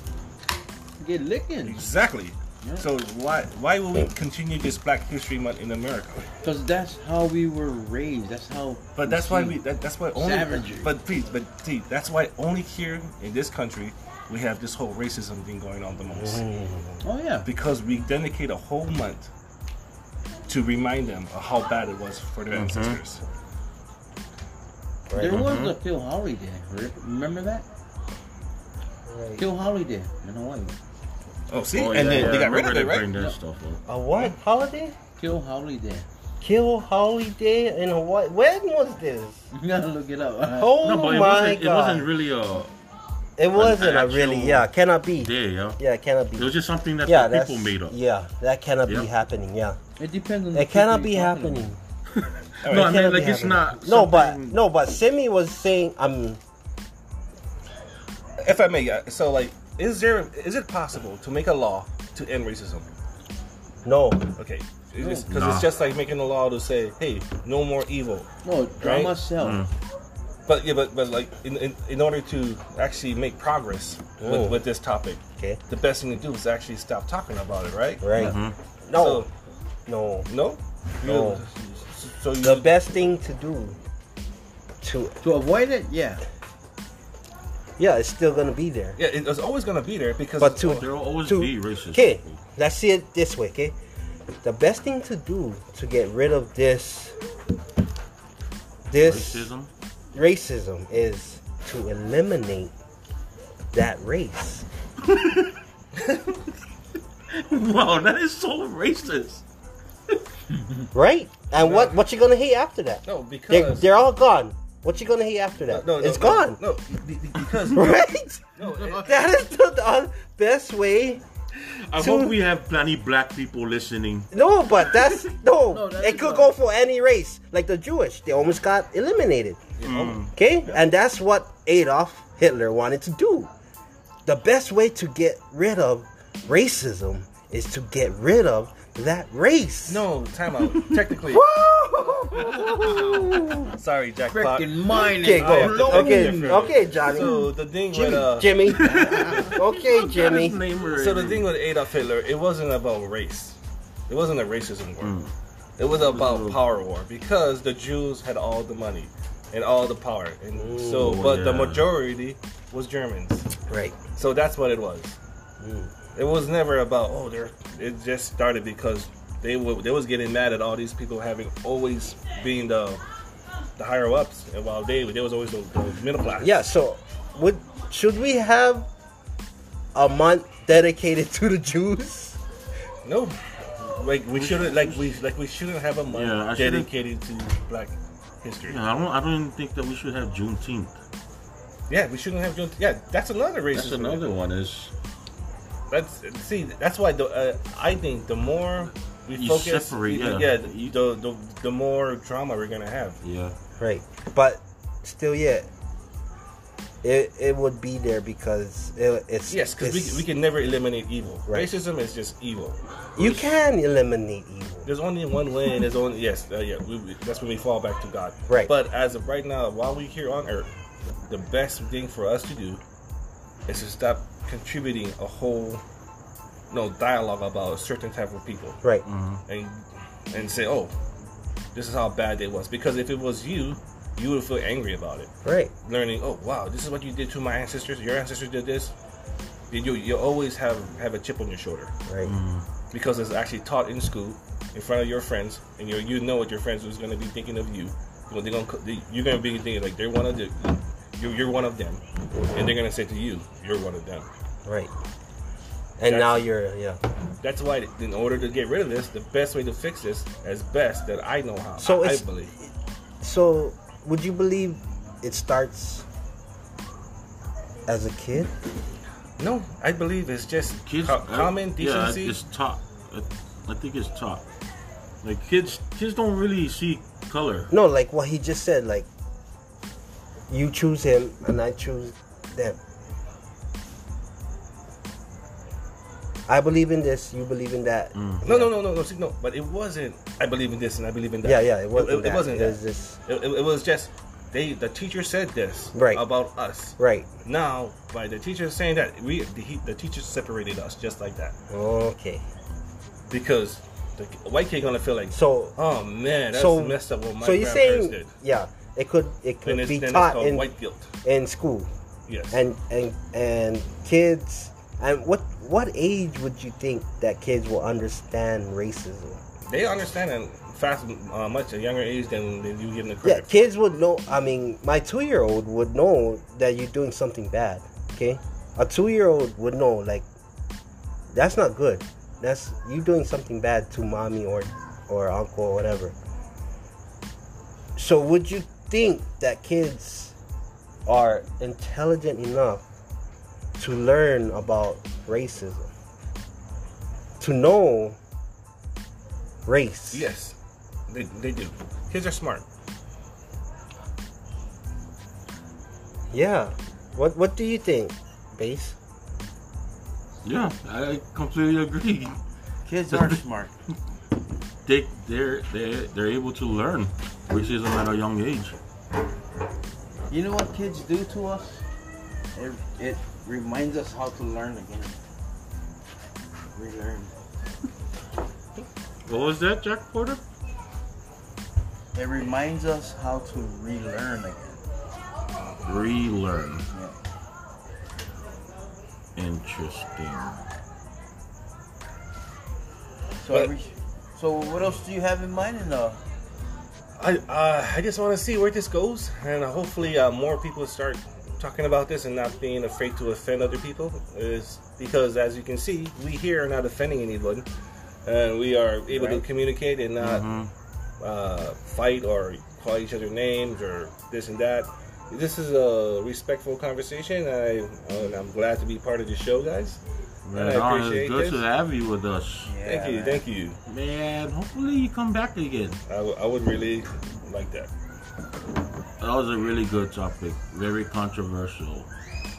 [SPEAKER 3] Get licking.
[SPEAKER 4] Exactly. So why why would we continue this Black History Month in America?
[SPEAKER 3] Because that's how we were raised. That's how.
[SPEAKER 4] But that's why we. That, that's why only.
[SPEAKER 3] Savagery.
[SPEAKER 4] But please, but see, that's why only here in this country we have this whole racism thing going on the most
[SPEAKER 3] Oh yeah.
[SPEAKER 4] because we dedicate a whole month to remind them of how bad it was for their ancestors.
[SPEAKER 3] There was a Phil Holiday. re- Remember that? Phil Holiday in Hawaii.
[SPEAKER 4] Oh, see,
[SPEAKER 1] Oh,
[SPEAKER 4] and
[SPEAKER 1] yeah,
[SPEAKER 4] then
[SPEAKER 1] yeah,
[SPEAKER 4] they
[SPEAKER 1] I
[SPEAKER 4] got rid
[SPEAKER 1] remember
[SPEAKER 4] of
[SPEAKER 1] they
[SPEAKER 4] it, right?
[SPEAKER 1] bring that stuff up.
[SPEAKER 2] A what holiday?
[SPEAKER 3] Phil Holiday.
[SPEAKER 2] Kill holiday in Hawaii. When was this?
[SPEAKER 3] *laughs* You gotta look it up.
[SPEAKER 2] Oh
[SPEAKER 1] No, but it,
[SPEAKER 2] my
[SPEAKER 1] wasn't, it
[SPEAKER 2] god!
[SPEAKER 1] wasn't really uh, a
[SPEAKER 2] It wasn't a
[SPEAKER 1] actual
[SPEAKER 2] really. Yeah, cannot be.
[SPEAKER 1] day, yeah.
[SPEAKER 2] Yeah, cannot be.
[SPEAKER 1] It was just something that
[SPEAKER 2] yeah,
[SPEAKER 1] the
[SPEAKER 2] that's,
[SPEAKER 1] people made up.
[SPEAKER 2] Yeah, that cannot
[SPEAKER 1] Yeah.
[SPEAKER 2] be happening. Yeah,
[SPEAKER 3] It depends on. the
[SPEAKER 2] it cannot
[SPEAKER 3] people
[SPEAKER 2] be
[SPEAKER 3] you're talking
[SPEAKER 2] happening.
[SPEAKER 3] about.
[SPEAKER 1] No, I
[SPEAKER 2] It
[SPEAKER 1] mean,
[SPEAKER 2] cannot be
[SPEAKER 1] like, it's
[SPEAKER 2] happening.
[SPEAKER 1] not.
[SPEAKER 2] No, but
[SPEAKER 1] something-
[SPEAKER 2] no, but Simi was saying, "I'm."
[SPEAKER 4] If I may, uh, so like, is there is it possible to make a law to end racism?
[SPEAKER 2] No,
[SPEAKER 4] Okay, because it's,
[SPEAKER 1] Nah.
[SPEAKER 4] just like making a law to say, hey, no more evil.
[SPEAKER 3] No, drama
[SPEAKER 4] Right?
[SPEAKER 3] sells.
[SPEAKER 4] But yeah, but but like, in in, in order to actually make progress
[SPEAKER 2] Oh.
[SPEAKER 4] with, with this topic,
[SPEAKER 2] okay,
[SPEAKER 4] the best thing to do is actually stop talking about it, right?
[SPEAKER 2] right?
[SPEAKER 1] Mm-hmm.
[SPEAKER 2] No, no.
[SPEAKER 4] So, no.
[SPEAKER 2] No.
[SPEAKER 4] You- So you
[SPEAKER 2] The best thing to do, to
[SPEAKER 3] To avoid it, yeah.
[SPEAKER 2] yeah, it's still gonna be there.
[SPEAKER 4] Yeah, it- it's always gonna be there because
[SPEAKER 2] But to
[SPEAKER 1] There will always
[SPEAKER 2] to-
[SPEAKER 1] be racist.
[SPEAKER 2] Okay,
[SPEAKER 1] people.
[SPEAKER 2] let's see it this way, okay? The best thing to do to get rid of this this
[SPEAKER 1] Racism. *laughs*
[SPEAKER 2] racism is to eliminate that race.
[SPEAKER 1] Wow, that is so racist.
[SPEAKER 2] Right? And what what you gonna hate after that?
[SPEAKER 4] no
[SPEAKER 2] They,
[SPEAKER 4] because
[SPEAKER 2] they're all gone. What you gonna hate after that?
[SPEAKER 4] no, no,
[SPEAKER 2] it's
[SPEAKER 4] no,
[SPEAKER 2] gone.
[SPEAKER 4] No, be- be-
[SPEAKER 2] *laughs*
[SPEAKER 4] because
[SPEAKER 2] Right?
[SPEAKER 4] no, it-
[SPEAKER 2] That is the, the best way.
[SPEAKER 1] I
[SPEAKER 2] To-
[SPEAKER 1] hope we have plenty black people listening.
[SPEAKER 2] No, but that's no.
[SPEAKER 3] No, that
[SPEAKER 2] it
[SPEAKER 3] is
[SPEAKER 2] could
[SPEAKER 3] gone.
[SPEAKER 2] go for any race, like the Jewish. They almost got eliminated. Okay? And that's what Adolf Hitler wanted to do. The best way to get rid of racism is to get rid of that race.
[SPEAKER 4] no, time out. Technically, sorry, jackpot.
[SPEAKER 3] Freaking mine
[SPEAKER 2] *laughs* Okay,
[SPEAKER 3] is
[SPEAKER 2] go.
[SPEAKER 3] blown.
[SPEAKER 2] Okay, okay, Johnny.
[SPEAKER 4] So the thing with
[SPEAKER 2] Jimmy.
[SPEAKER 4] uh,
[SPEAKER 2] Jimmy. okay, Jimmy.
[SPEAKER 1] His name already.
[SPEAKER 4] so the thing with Adolf Hitler, it wasn't about race. It wasn't a racism war.
[SPEAKER 2] Mm.
[SPEAKER 4] It was about power war because the Jews had all the money and all the power, and so
[SPEAKER 1] Ooh,
[SPEAKER 4] but the
[SPEAKER 1] yeah.
[SPEAKER 4] majority was Germans.
[SPEAKER 2] Right.
[SPEAKER 4] So that's what it was. It was never about oh they're. It just started because they were they was getting mad at all these people having always being the the higher ups, and while they they was always the, the middle class.
[SPEAKER 2] Yeah, so would should we have a month dedicated *laughs* to the Jews?
[SPEAKER 4] No. Like we shouldn't like we like we shouldn't have a month
[SPEAKER 1] Yeah, I shouldn't-
[SPEAKER 4] dedicated to Black history. Yeah,
[SPEAKER 1] Yeah, I don't. I don't even think that we should have Juneteenth.
[SPEAKER 4] we shouldn't have. Yeah, that's another racism.
[SPEAKER 1] That's another one. Is
[SPEAKER 4] that's see. That's why the uh, I think the more we
[SPEAKER 1] You
[SPEAKER 4] focus,
[SPEAKER 1] separate,
[SPEAKER 4] the-
[SPEAKER 1] yeah.
[SPEAKER 4] the, the the more drama we're gonna have.
[SPEAKER 1] Yeah.
[SPEAKER 2] Right. But still, yeah, it it would be there because it, it's
[SPEAKER 4] Yes, because
[SPEAKER 2] it's-
[SPEAKER 4] we, we can never eliminate evil.
[SPEAKER 2] Right.
[SPEAKER 4] Racism is just evil.
[SPEAKER 2] you can eliminate evil.
[SPEAKER 4] There's only one way, and there's only yes, uh, yeah. We, we- that's when we fall back to God.
[SPEAKER 2] Right.
[SPEAKER 4] But as of right now, while we're here on Earth, the best thing for us to do is to stop contributing a whole, no dialogue about a certain type of people,
[SPEAKER 2] Right.
[SPEAKER 4] and and say, oh, this is how bad they was. Because if it was you, you would feel angry about it.
[SPEAKER 2] Right.
[SPEAKER 4] Learning, oh wow, this is what you did to my ancestors. Your ancestors did this. Then you you always have have a chip on your shoulder
[SPEAKER 2] Right.
[SPEAKER 4] because it's actually taught in school in front of your friends, and you you know what your friends is going to be thinking of you. Well, they're gonna, co- they, you're going to be thinking like they're one of the, you're, you're one of them, and they're going to say to you, you're one of them.
[SPEAKER 2] Right. And now you're yeah.
[SPEAKER 4] That's why, in order to get rid of this, the best way to fix this, as best that I know how,
[SPEAKER 2] So
[SPEAKER 4] I, I
[SPEAKER 2] it's-
[SPEAKER 4] believe.
[SPEAKER 2] So would you believe it starts as a kid?
[SPEAKER 4] No, I believe it's just
[SPEAKER 1] Kids,
[SPEAKER 4] co-
[SPEAKER 1] I-
[SPEAKER 4] common decency.
[SPEAKER 1] oh, Yeah, it's taught. I- I think it's taught. Like kids, kids don't really see color.
[SPEAKER 2] No, like what he just said. Like you choose him and I choose them. I believe in this. You believe in that.
[SPEAKER 4] no, no, no, no, no, see, no. But it wasn't. I believe in this, and I believe in that.
[SPEAKER 2] Yeah, yeah. It
[SPEAKER 4] It,
[SPEAKER 2] wasn't.
[SPEAKER 4] it
[SPEAKER 2] that.
[SPEAKER 4] wasn't
[SPEAKER 2] It
[SPEAKER 4] that.
[SPEAKER 2] was just
[SPEAKER 4] It, it- it was just they. The teacher said this
[SPEAKER 2] Right.
[SPEAKER 4] about us.
[SPEAKER 2] right.
[SPEAKER 4] Now, by the teacher saying that, we the, he, the teacher separated us just like that
[SPEAKER 2] Okay.
[SPEAKER 4] because the white kid gonna feel like,
[SPEAKER 2] So
[SPEAKER 4] oh man, that's
[SPEAKER 2] so
[SPEAKER 4] messed up what my
[SPEAKER 2] so you're
[SPEAKER 4] grandparents
[SPEAKER 2] saying
[SPEAKER 4] did.
[SPEAKER 2] yeah it could it could
[SPEAKER 4] And it's,
[SPEAKER 2] be
[SPEAKER 4] then it's
[SPEAKER 2] taught
[SPEAKER 4] called
[SPEAKER 2] in
[SPEAKER 4] white guilt.
[SPEAKER 2] in school
[SPEAKER 4] Yes.
[SPEAKER 2] and and and kids and what what age would you think that kids will understand racism
[SPEAKER 4] they understand it fast, uh, much a younger age than, than you give them the
[SPEAKER 2] yeah
[SPEAKER 4] credit.
[SPEAKER 2] kids would know i mean my two-year-old would know that you're doing something bad okay a two-year-old would know like that's not good that's you doing something bad to mommy or or uncle or whatever so would you think that kids are intelligent enough to learn about racism to know race
[SPEAKER 4] Yes, they, they do. Kids are smart.
[SPEAKER 2] Yeah. What What do you think, Base?
[SPEAKER 1] Yeah, I completely agree.
[SPEAKER 3] Kids are smart.
[SPEAKER 1] They they're they they're able to learn racism at a young age.
[SPEAKER 3] You know what kids do to us? It, it reminds us how to learn again. Relearn.
[SPEAKER 1] What was that, Jack Porter?
[SPEAKER 3] It reminds us how to relearn again.
[SPEAKER 1] Relearn.
[SPEAKER 3] Yeah.
[SPEAKER 1] Interesting.
[SPEAKER 3] So,
[SPEAKER 4] But-
[SPEAKER 3] every, so what else do you have in mind in uh,
[SPEAKER 4] I uh, I just want to see where this goes, and hopefully uh, more people start talking about this and not being afraid to offend other people. Is because as you can see, we here are not offending anyone, and we are able to
[SPEAKER 3] Right.
[SPEAKER 4] communicate and not uh, fight or call each other names or this and that. This is a respectful conversation. I and I'm glad to be part of the show, guys.
[SPEAKER 1] Right
[SPEAKER 4] I
[SPEAKER 1] on. It's
[SPEAKER 4] appreciate
[SPEAKER 1] good
[SPEAKER 4] this.
[SPEAKER 1] to have you with us,
[SPEAKER 4] Thank you, thank you.
[SPEAKER 1] man. Hopefully you come back again.
[SPEAKER 4] I, w- I would really like that.
[SPEAKER 1] That was a really good topic. Very controversial.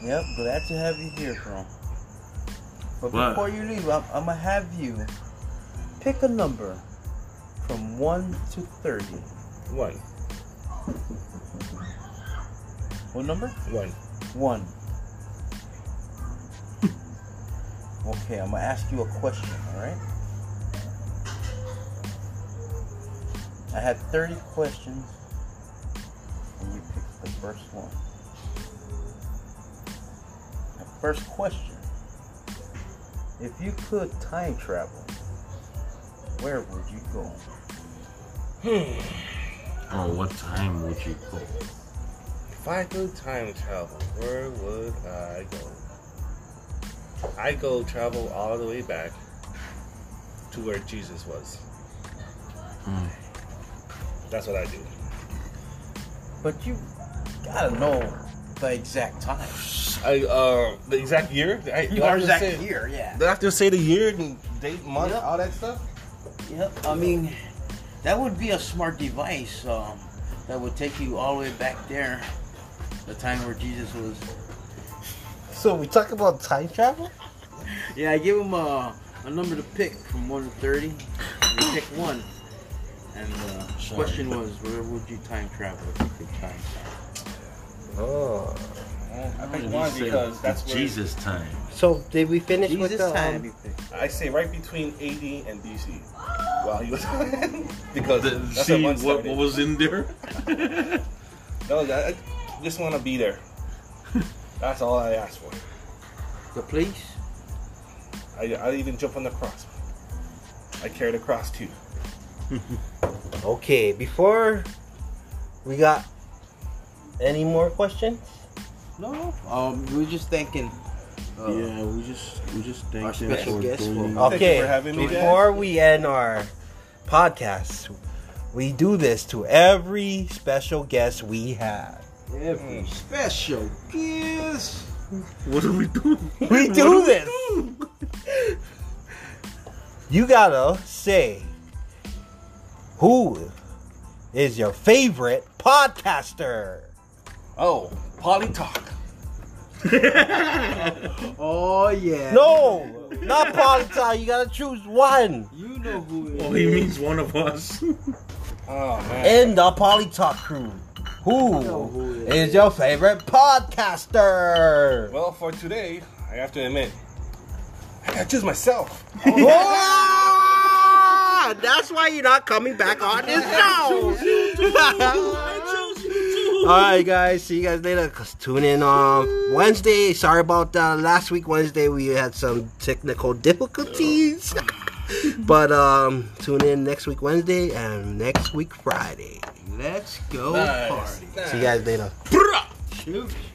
[SPEAKER 3] you. Yep, glad to have you here, bro.
[SPEAKER 1] What?
[SPEAKER 3] But before you leave, I'm, I'm gonna have you pick a number from one to thirty.
[SPEAKER 4] One,
[SPEAKER 3] What number?
[SPEAKER 4] one.
[SPEAKER 3] One. Okay, I'm gonna ask you a question, alright? I had 30 questions, and you picked the first one. The first question If you could time travel, where would you go?
[SPEAKER 1] Oh, what time would you go?
[SPEAKER 4] If I could time travel, where would I go? I go travel all the way back to where Jesus was. That's what I do.
[SPEAKER 3] But you gotta know the exact time.
[SPEAKER 4] I, uh, the exact year. I,
[SPEAKER 3] You are exact year, yeah.
[SPEAKER 4] Do I have to say the year, and date, month,
[SPEAKER 3] Yep.
[SPEAKER 4] all that stuff?
[SPEAKER 3] Yep. I mean, that would be a smart device um, that would take you all the way back there, the time where Jesus was.
[SPEAKER 2] So we talk about time travel?
[SPEAKER 3] Yeah, I give him a, a number to pick from one to thirty. And he picked one, and uh, the question was, where would you time travel if you could time travel?
[SPEAKER 4] Oh. I picked one because that's where
[SPEAKER 1] Jesus time.
[SPEAKER 2] So did we finish with the?
[SPEAKER 3] Jesus time.
[SPEAKER 2] Um,
[SPEAKER 3] he picked.
[SPEAKER 4] I say right between AD and DC. Wow, he was *laughs* because
[SPEAKER 1] The-
[SPEAKER 4] that's
[SPEAKER 1] see
[SPEAKER 4] the one
[SPEAKER 1] what,
[SPEAKER 4] started.
[SPEAKER 1] what was in there?
[SPEAKER 4] No, that, I just want to be there. That's all I asked for.
[SPEAKER 3] The police.
[SPEAKER 4] I I even jump on the cross. I carried a cross too.
[SPEAKER 2] okay, before we got any more questions?
[SPEAKER 3] No. Um, we were just thinking. Uh,
[SPEAKER 1] yeah, we just we just thank
[SPEAKER 3] our
[SPEAKER 1] them
[SPEAKER 3] special
[SPEAKER 1] for
[SPEAKER 3] guest
[SPEAKER 1] joining.
[SPEAKER 4] Oh. you
[SPEAKER 2] Okay,
[SPEAKER 4] for having me,
[SPEAKER 2] before we end our podcast, we do this to every special guest we have.
[SPEAKER 3] Every special guest.
[SPEAKER 1] What are we doing?
[SPEAKER 2] We do this. You gotta say who is your favorite podcaster.
[SPEAKER 4] Oh, Polly Talk.
[SPEAKER 3] Oh yeah.
[SPEAKER 2] No, not Polita. You gotta choose one.
[SPEAKER 3] You know who it is.
[SPEAKER 1] Oh, he means one of us.
[SPEAKER 4] Oh man.
[SPEAKER 2] In the Polytalk crew,
[SPEAKER 3] know
[SPEAKER 2] who
[SPEAKER 3] who it
[SPEAKER 2] is your favorite podcaster?
[SPEAKER 4] Well, for today, I have to admit, I gotta choose myself.
[SPEAKER 2] Whoa! Oh, That's why you're not coming back on this *laughs* show. Alright guys, see you guys later. 'Cause Tune in on Wednesday. Sorry about that. Last week Wednesday we had some technical difficulties. *laughs* but um tune in next week Wednesday and next week Friday.
[SPEAKER 3] Let's go party.
[SPEAKER 2] See you guys later.
[SPEAKER 3] Shoot.